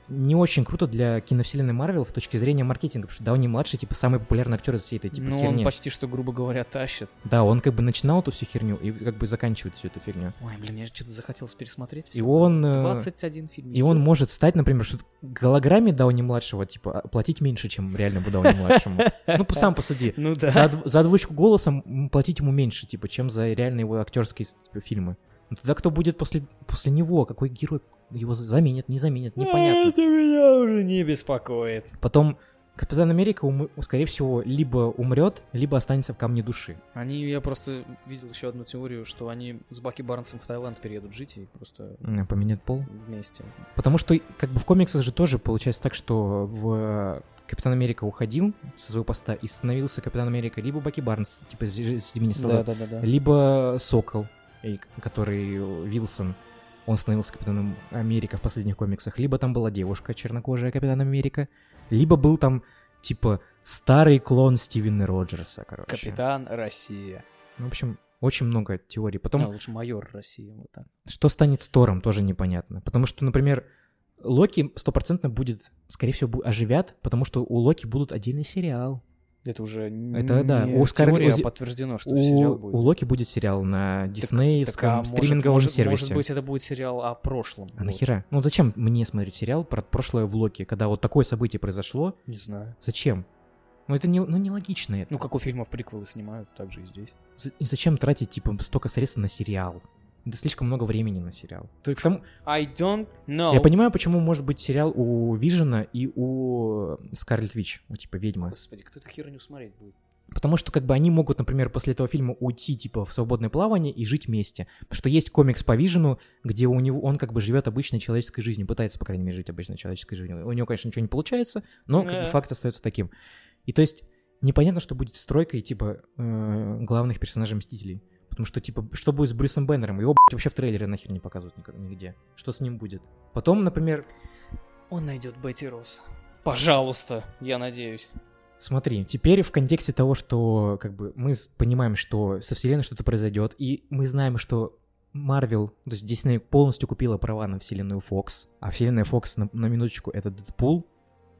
Speaker 1: не очень круто для киновселенной Марвел в точке зрения маркетинга, потому что Дауни младший, типа, самый популярный актер из всей этой, типа,
Speaker 2: ну,
Speaker 1: херни.
Speaker 2: он почти что, грубо говоря, тащит.
Speaker 1: Да, он как бы начинал эту всю херню и как бы заканчивает всю эту фигню.
Speaker 2: Ой, блин, я что-то захотелось пересмотреть.
Speaker 1: И
Speaker 2: всё.
Speaker 1: он... э,
Speaker 2: 21 фильм.
Speaker 1: И он может стать, например, что голограмме Дауни младшего, типа, а, платить меньше, чем реальному Дауни младшему. Ну, по- сам посуди.
Speaker 2: Ну да.
Speaker 1: За, отв- за озвучку голосом м, платить ему меньше, типа, чем за реальные его актерские типа, фильмы. Ну, тогда кто будет после, после него? Какой герой его за- заменит, не заменит, непонятно.
Speaker 2: Это меня уже не беспокоит.
Speaker 1: Потом Капитан Америка, умы- скорее всего, либо умрет, либо останется в камне души.
Speaker 2: Они, я просто видел еще одну теорию, что они с Баки Барнсом в Таиланд переедут жить и просто
Speaker 1: М, Поменяет пол.
Speaker 2: вместе.
Speaker 1: Потому что, как бы в комиксах же тоже получается так, что в э, Капитан Америка уходил со своего поста и становился Капитан Америка либо Баки Барнс, типа с с Семьи солдат,
Speaker 2: да, да, да.
Speaker 1: либо Сокол, и к- который э, Вилсон, он становился Капитаном Америка в последних комиксах, либо там была девушка чернокожая Капитан Америка, либо был там, типа, старый клон Стивена Роджерса, короче.
Speaker 2: Капитан Россия.
Speaker 1: Ну, В общем, очень много теорий. Потом
Speaker 2: А, лучше майор России, вот так.
Speaker 1: что станет с Тором, тоже непонятно. Потому что, например, Локи стопроцентно будет, скорее всего, бу- оживят, потому что у Локи будут отдельный сериал.
Speaker 2: Это уже
Speaker 1: Это, да,
Speaker 2: не
Speaker 1: у Скар-
Speaker 2: теория,
Speaker 1: у
Speaker 2: а
Speaker 1: Зи-
Speaker 2: подтверждено, что
Speaker 1: у,
Speaker 2: сериал
Speaker 1: у
Speaker 2: будет.
Speaker 1: Локи будет сериал на
Speaker 2: Так, а
Speaker 1: диснеевском
Speaker 2: может-
Speaker 1: стриминговом
Speaker 2: может-
Speaker 1: сервисе.
Speaker 2: Может быть, это будет сериал о прошлом.
Speaker 1: А
Speaker 2: Вот.
Speaker 1: нахера? Ну зачем мне смотреть сериал про прошлое в Локи, когда вот такое событие произошло?
Speaker 2: Не знаю.
Speaker 1: Зачем? Ну это не, ну, нелогично это.
Speaker 2: Ну, как у фильмов приквелы снимают, так же и здесь.
Speaker 1: З- И зачем тратить, типа, столько средств на сериал? Это слишком много времени на сериал. То есть к тому-
Speaker 2: I don't know.
Speaker 1: Я понимаю, почему может быть сериал у Вижена и у э, Скарлетт Вич, у типа ведьмы.
Speaker 2: Господи, кто эту херню смотреть будет?
Speaker 1: Потому что как бы они могут, например, после этого фильма уйти типа в свободное плавание и жить вместе. Потому что есть комикс по Вижену, где у него он как бы живет обычной человеческой жизнью, пытается, по крайней мере, жить обычной человеческой жизнью. У него, конечно, ничего не получается, но как бы
Speaker 2: Да.
Speaker 1: факт остается таким. И то есть непонятно, что будет с тройкой типа э, главных персонажей Мстителей. Потому что, типа, что будет с Брюсом Беннером? Его, блядь, вообще в трейлере нахер не показывают никак- нигде. Что с ним будет? Потом, например,
Speaker 2: Он найдет Бетти Росс. Пожалуйста, я надеюсь.
Speaker 1: Смотри, теперь в контексте того, что как бы мы с- понимаем, что со вселенной что-то произойдет, и мы знаем, что Марвел, то есть Дисней полностью купила права на вселенную Фокс, а вселенная Фокс на, на минуточку это Дэдпул,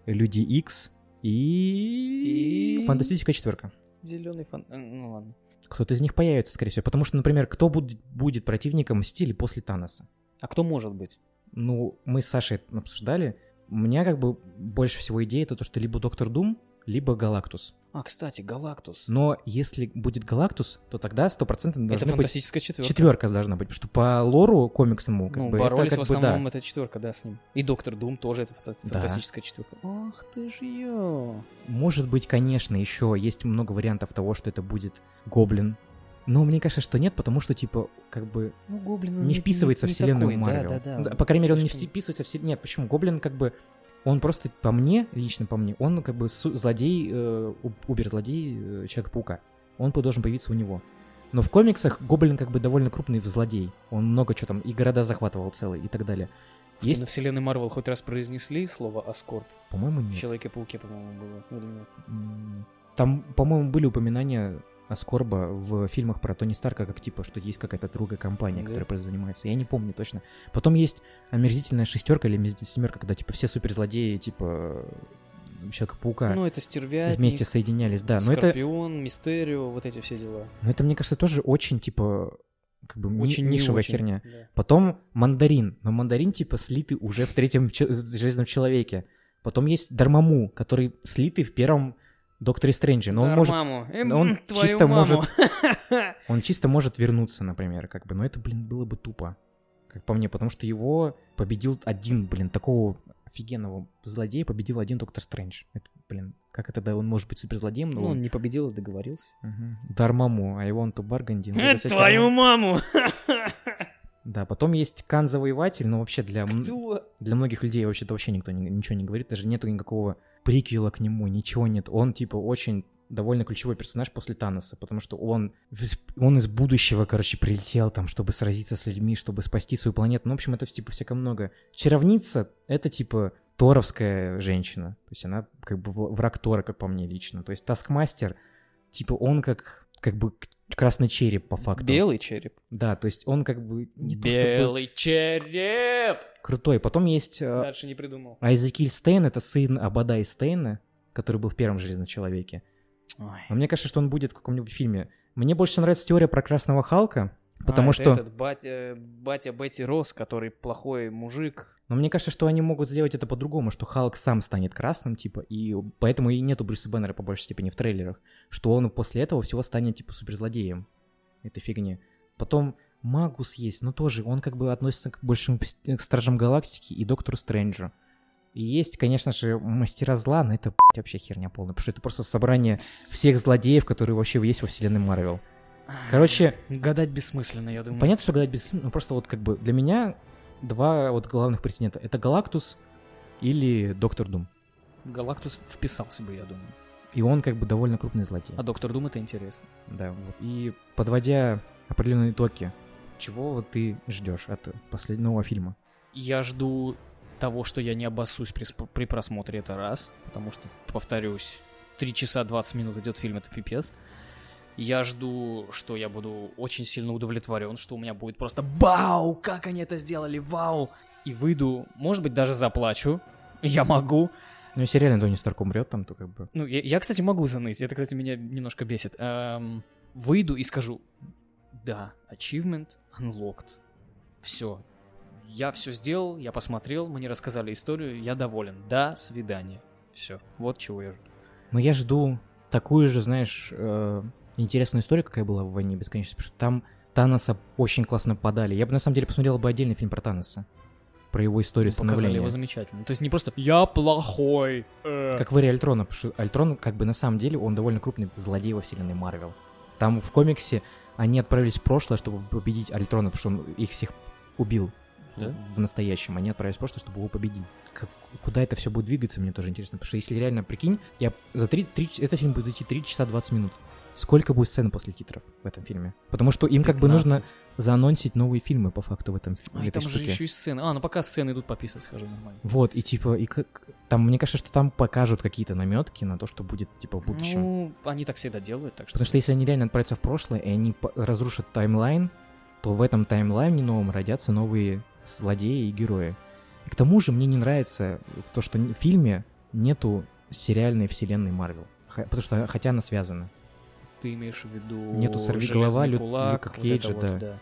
Speaker 1: Люди Икс и...
Speaker 2: И-
Speaker 1: Фантастическая четверка.
Speaker 2: Зеленый фан... э, Ну ладно.
Speaker 1: Кто-то из них появится, скорее всего, потому что, например, кто будет, будет противником стиля после Таноса?
Speaker 2: А кто может быть?
Speaker 1: Ну, мы с Сашей это обсуждали. У меня как бы больше всего идея это то, что либо Доктор Дум, либо Галактус.
Speaker 2: А, кстати, Галактус.
Speaker 1: Но если будет Галактус, то тогда стопроцентно
Speaker 2: Это
Speaker 1: Ну, должны быть...
Speaker 2: фантастическая четверка.
Speaker 1: Четверка должна быть, потому что по лору комиксному как
Speaker 2: Ну,
Speaker 1: бы
Speaker 2: боролись
Speaker 1: это как
Speaker 2: в
Speaker 1: бы, да.
Speaker 2: основном, это четверка, да, с ним. И Доктор Дум тоже это фанта-
Speaker 1: Да.
Speaker 2: фантастическая четверка. Ах ты ж ё.
Speaker 1: Может быть, конечно, еще есть много вариантов того, что это будет Гоблин. Но мне кажется, что нет, потому что, типа, как бы
Speaker 2: Ну, Гоблин... он
Speaker 1: не вписывается в вселенную
Speaker 2: такой,
Speaker 1: Марвел.
Speaker 2: Да, да, да.
Speaker 1: Да, По крайней мере, он не
Speaker 2: Слишком-
Speaker 1: вписывается в вселенную... Нет, почему? Гоблин как бы... Он просто по мне, лично по мне, он как бы су- злодей, э, у- убер-злодей э, Человека-паука. Он по- должен появиться у него. Но в комиксах Гоблин как бы довольно крупный в злодей. Он много чего там, и города захватывал целые, и так далее.
Speaker 2: Есть...
Speaker 1: Есть,
Speaker 2: На вселенной ну, Марвел хоть раз произнесли слово «Аскорб»?
Speaker 1: по-моему,
Speaker 2: В
Speaker 1: нет.
Speaker 2: Человеке-пауке, по-моему, было. Ну, или нет?
Speaker 1: М, Там, по-моему, были упоминания о Скорба в фильмах про Тони Старка, как типа, что есть какая-то другая компания,
Speaker 2: Да.
Speaker 1: которая просто занимается. Я не помню точно. Потом есть омерзительная шестерка или омерзительная семерка, когда типа все суперзлодеи, типа э, Человека-паука
Speaker 2: Ну, это Стервятник,
Speaker 1: вместе соединялись. Да, но это,
Speaker 2: Скорпион, Мистерио, вот эти все дела.
Speaker 1: но это, мне кажется, тоже очень типа как бы ни-
Speaker 2: Очень не
Speaker 1: нишевая
Speaker 2: очень,
Speaker 1: херня.
Speaker 2: да.
Speaker 1: Потом мандарин. Но мандарин, типа, слитый уже в третьем че- железном человеке. Потом есть Дармаму, который слитый в первом Докторе Стрэнджи. Но он, может,
Speaker 2: Дармаму. Эм,
Speaker 1: но он
Speaker 2: твою
Speaker 1: чисто
Speaker 2: маму.
Speaker 1: может-
Speaker 2: [LAUGHS]
Speaker 1: он чисто может вернуться, например, как бы. Но это, блин, было бы тупо. Как по мне, потому что его победил один, блин, такого офигенного злодея победил один Доктор Стрэндж. Это, блин, как это, да, он может быть суперзлодеем, но...
Speaker 2: Ну, он
Speaker 1: он-
Speaker 2: не победил, а договорился.
Speaker 1: Мгм. Дармаму, а его он то Барганди. ну,
Speaker 2: [LAUGHS] Э,
Speaker 1: вся
Speaker 2: твою
Speaker 1: херня.
Speaker 2: маму!
Speaker 1: Да, потом есть Кан Завоеватель, но вообще для... м-
Speaker 2: Кто?
Speaker 1: для многих людей вообще-то вообще никто ни- ничего не говорит, даже нету никакого приквела к нему, ничего нет. Он, типа, очень довольно ключевой персонаж после Таноса, потому что он, из- он из будущего, короче, прилетел там, чтобы сразиться с людьми, чтобы спасти свою планету. Ну, в общем, это, типа, всяко много. Чаровница — это, типа, торовская женщина. То есть она, как бы, вла- враг Тора, как по мне лично. То есть Таскмастер, типа, он как, как бы к- красный череп, по факту.
Speaker 2: Белый череп.
Speaker 1: Да, то есть он как бы не то чтобы
Speaker 2: Белый череп!
Speaker 1: крутой. Потом есть... э,
Speaker 2: Дальше не придумал.
Speaker 1: Айзекиль Стейн — это сын Абада и Стейна, который был в первом «Железном человеке». Но мне кажется, что он будет в каком-нибудь фильме. Мне больше всего нравится теория про Красного Халка, потому
Speaker 2: А, это
Speaker 1: что...
Speaker 2: этот бат- э, батя Бетти Росс, который плохой мужик.
Speaker 1: Но мне кажется, что они могут сделать это по-другому, что Халк сам станет красным, типа, и поэтому и нету Брюса Беннера по большей степени в трейлерах, что он после этого всего станет, типа, суперзлодеем. Это фигня. Потом Магус есть, но тоже он как бы относится к большим пс- к Стражам Галактики и Доктору Стрэнджу. И есть, конечно же, Мастера Зла, но это блядь, вообще херня полная, потому что это просто собрание всех злодеев, которые вообще есть во вселенной Марвел. Короче,
Speaker 2: Гадать бессмысленно, я думаю.
Speaker 1: Понятно, что гадать без... Ну, просто вот как бы для меня два вот главных претендента. Это Галактус или Доктор Дум.
Speaker 2: Галактус вписался бы, я думаю.
Speaker 1: И он как бы довольно крупный злодей.
Speaker 2: А Доктор Дум это интересно.
Speaker 1: Да, вот. И подводя определенные итоги, чего вот ты ждешь от последнего фильма?
Speaker 2: Я жду того, что я не обоссусь при, сп- при просмотре, это раз. Потому что, повторюсь, 3 часа 20 минут идет фильм, это пипец. Я жду, что я буду очень сильно удовлетворен, что у меня будет просто «Бау! Как они это сделали! Вау!» И выйду, может быть, даже заплачу. Я могу.
Speaker 1: Ну, если реально Тони Старк умрет, там, то как бы...
Speaker 2: Ну, я, я, кстати, могу заныть. Это, кстати, меня немножко бесит. Эм, выйду и скажу, да, achievement unlocked. Все. Я все сделал, я посмотрел, мне рассказали историю, я доволен. До свидания. Все. Вот чего я жду.
Speaker 1: Но я жду такую же, знаешь, э, интересную историю, какая была в «Войне бесконечности», потому что там Таноса очень классно подали. Я бы, на самом деле, посмотрел бы отдельный фильм про Таноса, про его историю
Speaker 2: Показали
Speaker 1: становления.
Speaker 2: его замечательно. То есть не просто «я плохой». э.
Speaker 1: Как в «Эре Альтрона», потому что Альтрон, как бы, на самом деле, он довольно крупный злодей во вселенной Марвел. Там в комиксе они отправились в прошлое, чтобы победить Альтрона, потому что он их всех убил в-
Speaker 2: Да?
Speaker 1: в настоящем. Они отправились в прошлое, чтобы его победить. Как- куда это все будет двигаться, мне тоже интересно. Потому что если реально, прикинь, я за три, три ч- этот фильм будет идти 3 часа 20 минут. Сколько будет сцен после титров в этом фильме? Потому что им ну, как бы нужно
Speaker 2: 15.
Speaker 1: заанонсить новые фильмы по факту в этом фи- в
Speaker 2: Ай,
Speaker 1: этой
Speaker 2: там же
Speaker 1: штуке.
Speaker 2: еще и сцены. А, ну пока сцены идут пописать, скажу нормально.
Speaker 1: Вот, и типа, и как... Там, мне кажется, что там покажут какие-то наметки на то, что будет, типа, в будущем.
Speaker 2: Ну, они так всегда делают, так что...
Speaker 1: Потому что если они реально отправятся в прошлое, и они по- разрушат таймлайн, то в этом таймлайне новом родятся новые злодеи и герои. И к тому же мне не нравится в то, что н- в фильме нету сериальной вселенной Марвел. Х- Потому что, хотя она связана.
Speaker 2: Ты имеешь в виду...
Speaker 1: Нету «Сорвиголова»,
Speaker 2: «Железный
Speaker 1: Лю-
Speaker 2: кулак»,
Speaker 1: Люка
Speaker 2: вот это
Speaker 1: Кейджа,
Speaker 2: вот,
Speaker 1: да.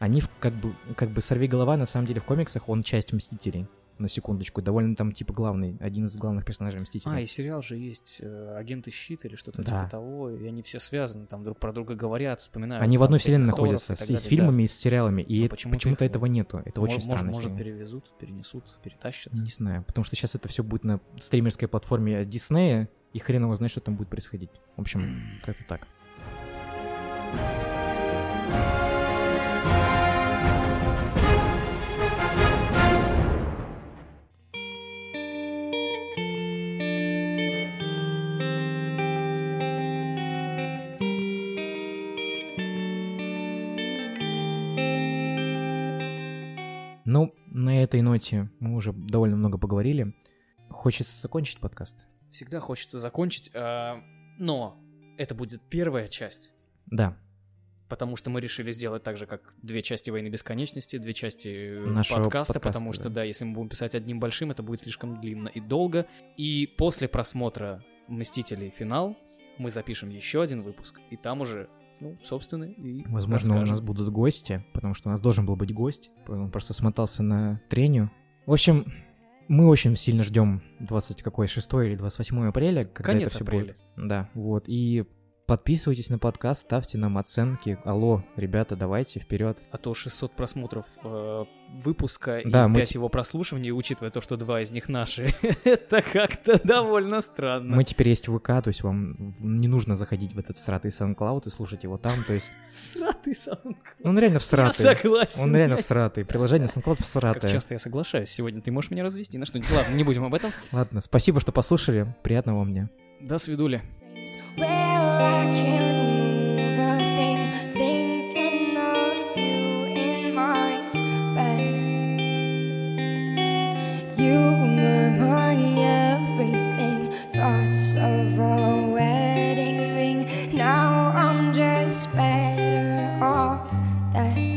Speaker 1: Они в- как бы, как бы сорви голова, на самом деле в комиксах он часть Мстителей. На секундочку. Довольно там типа главный, один из главных персонажей Мстителей.
Speaker 2: А, и сериал же есть э, «Агенты Щит» или что-то
Speaker 1: Типа. Да.
Speaker 2: типа того, и они все связаны, там друг про друга говорят, вспоминают.
Speaker 1: Они в
Speaker 2: там
Speaker 1: одной
Speaker 2: всяких
Speaker 1: вселенной
Speaker 2: актеров
Speaker 1: находятся,
Speaker 2: и
Speaker 1: с,
Speaker 2: так
Speaker 1: и с
Speaker 2: далее,
Speaker 1: фильмами,
Speaker 2: да.
Speaker 1: и с сериалами, и
Speaker 2: Но
Speaker 1: это-
Speaker 2: почему-то
Speaker 1: почему-то,
Speaker 2: их
Speaker 1: этого нету. Это
Speaker 2: Мож-
Speaker 1: очень
Speaker 2: может,
Speaker 1: странно.
Speaker 2: Может,
Speaker 1: хрень.
Speaker 2: перевезут, перенесут, перетащат.
Speaker 1: Не знаю, потому что сейчас это все будет на стримерской платформе от Диснея, и хрен его знает, что там будет происходить. В
Speaker 2: [CLEARS THROAT]
Speaker 1: общем, как-то так. Ну, на этой ноте мы уже довольно много поговорили. Хочется закончить подкаст.
Speaker 2: Всегда хочется закончить, а, но это будет первая часть,
Speaker 1: Да,
Speaker 2: потому что мы решили сделать так же, как две части «Войны бесконечности», две части э,
Speaker 1: Нашего
Speaker 2: подкаста,
Speaker 1: подкаста,
Speaker 2: потому что,
Speaker 1: да.
Speaker 2: да, если мы будем писать одним большим, это будет слишком длинно и долго. И после просмотра «Мстителей. Финал» мы запишем еще один выпуск, и там уже, ну, собственно, и
Speaker 1: возможно, у
Speaker 2: расскажем.
Speaker 1: нас будут гости, потому что у нас должен был быть гость. Он просто смотался на трению. В общем, мы очень сильно ждем 20 какой 6 или 28 апреля, когда
Speaker 2: Конец
Speaker 1: это все
Speaker 2: апреля.
Speaker 1: будет. Да, вот. И подписывайтесь на подкаст, ставьте нам оценки. Алло, ребята, давайте вперед.
Speaker 2: А то 600 просмотров э, выпуска
Speaker 1: Да,
Speaker 2: и
Speaker 1: мы
Speaker 2: 5
Speaker 1: те-
Speaker 2: его прослушиваний, учитывая то, что два из них наши, [LAUGHS] это как-то довольно странно.
Speaker 1: Мы теперь есть в ВК, то есть вам не нужно заходить в этот сратый SoundCloud и слушать его там, то есть...
Speaker 2: Всратый саунд.
Speaker 1: Он реально
Speaker 2: Я
Speaker 1: всратый.
Speaker 2: согласен.
Speaker 1: Ну, Он реально всратый. Приложение SoundCloud
Speaker 2: Как
Speaker 1: всратое.
Speaker 2: часто я соглашаюсь. Сегодня ты можешь меня развести на что-нибудь. Ладно, не будем об этом.
Speaker 1: Ладно, спасибо, что послушали. Приятного вам дня.
Speaker 2: До свидули.
Speaker 7: Where I can't move a thing, thinking of you in my bed. You were my everything, thoughts of a wedding ring. Now I'm just better off dead.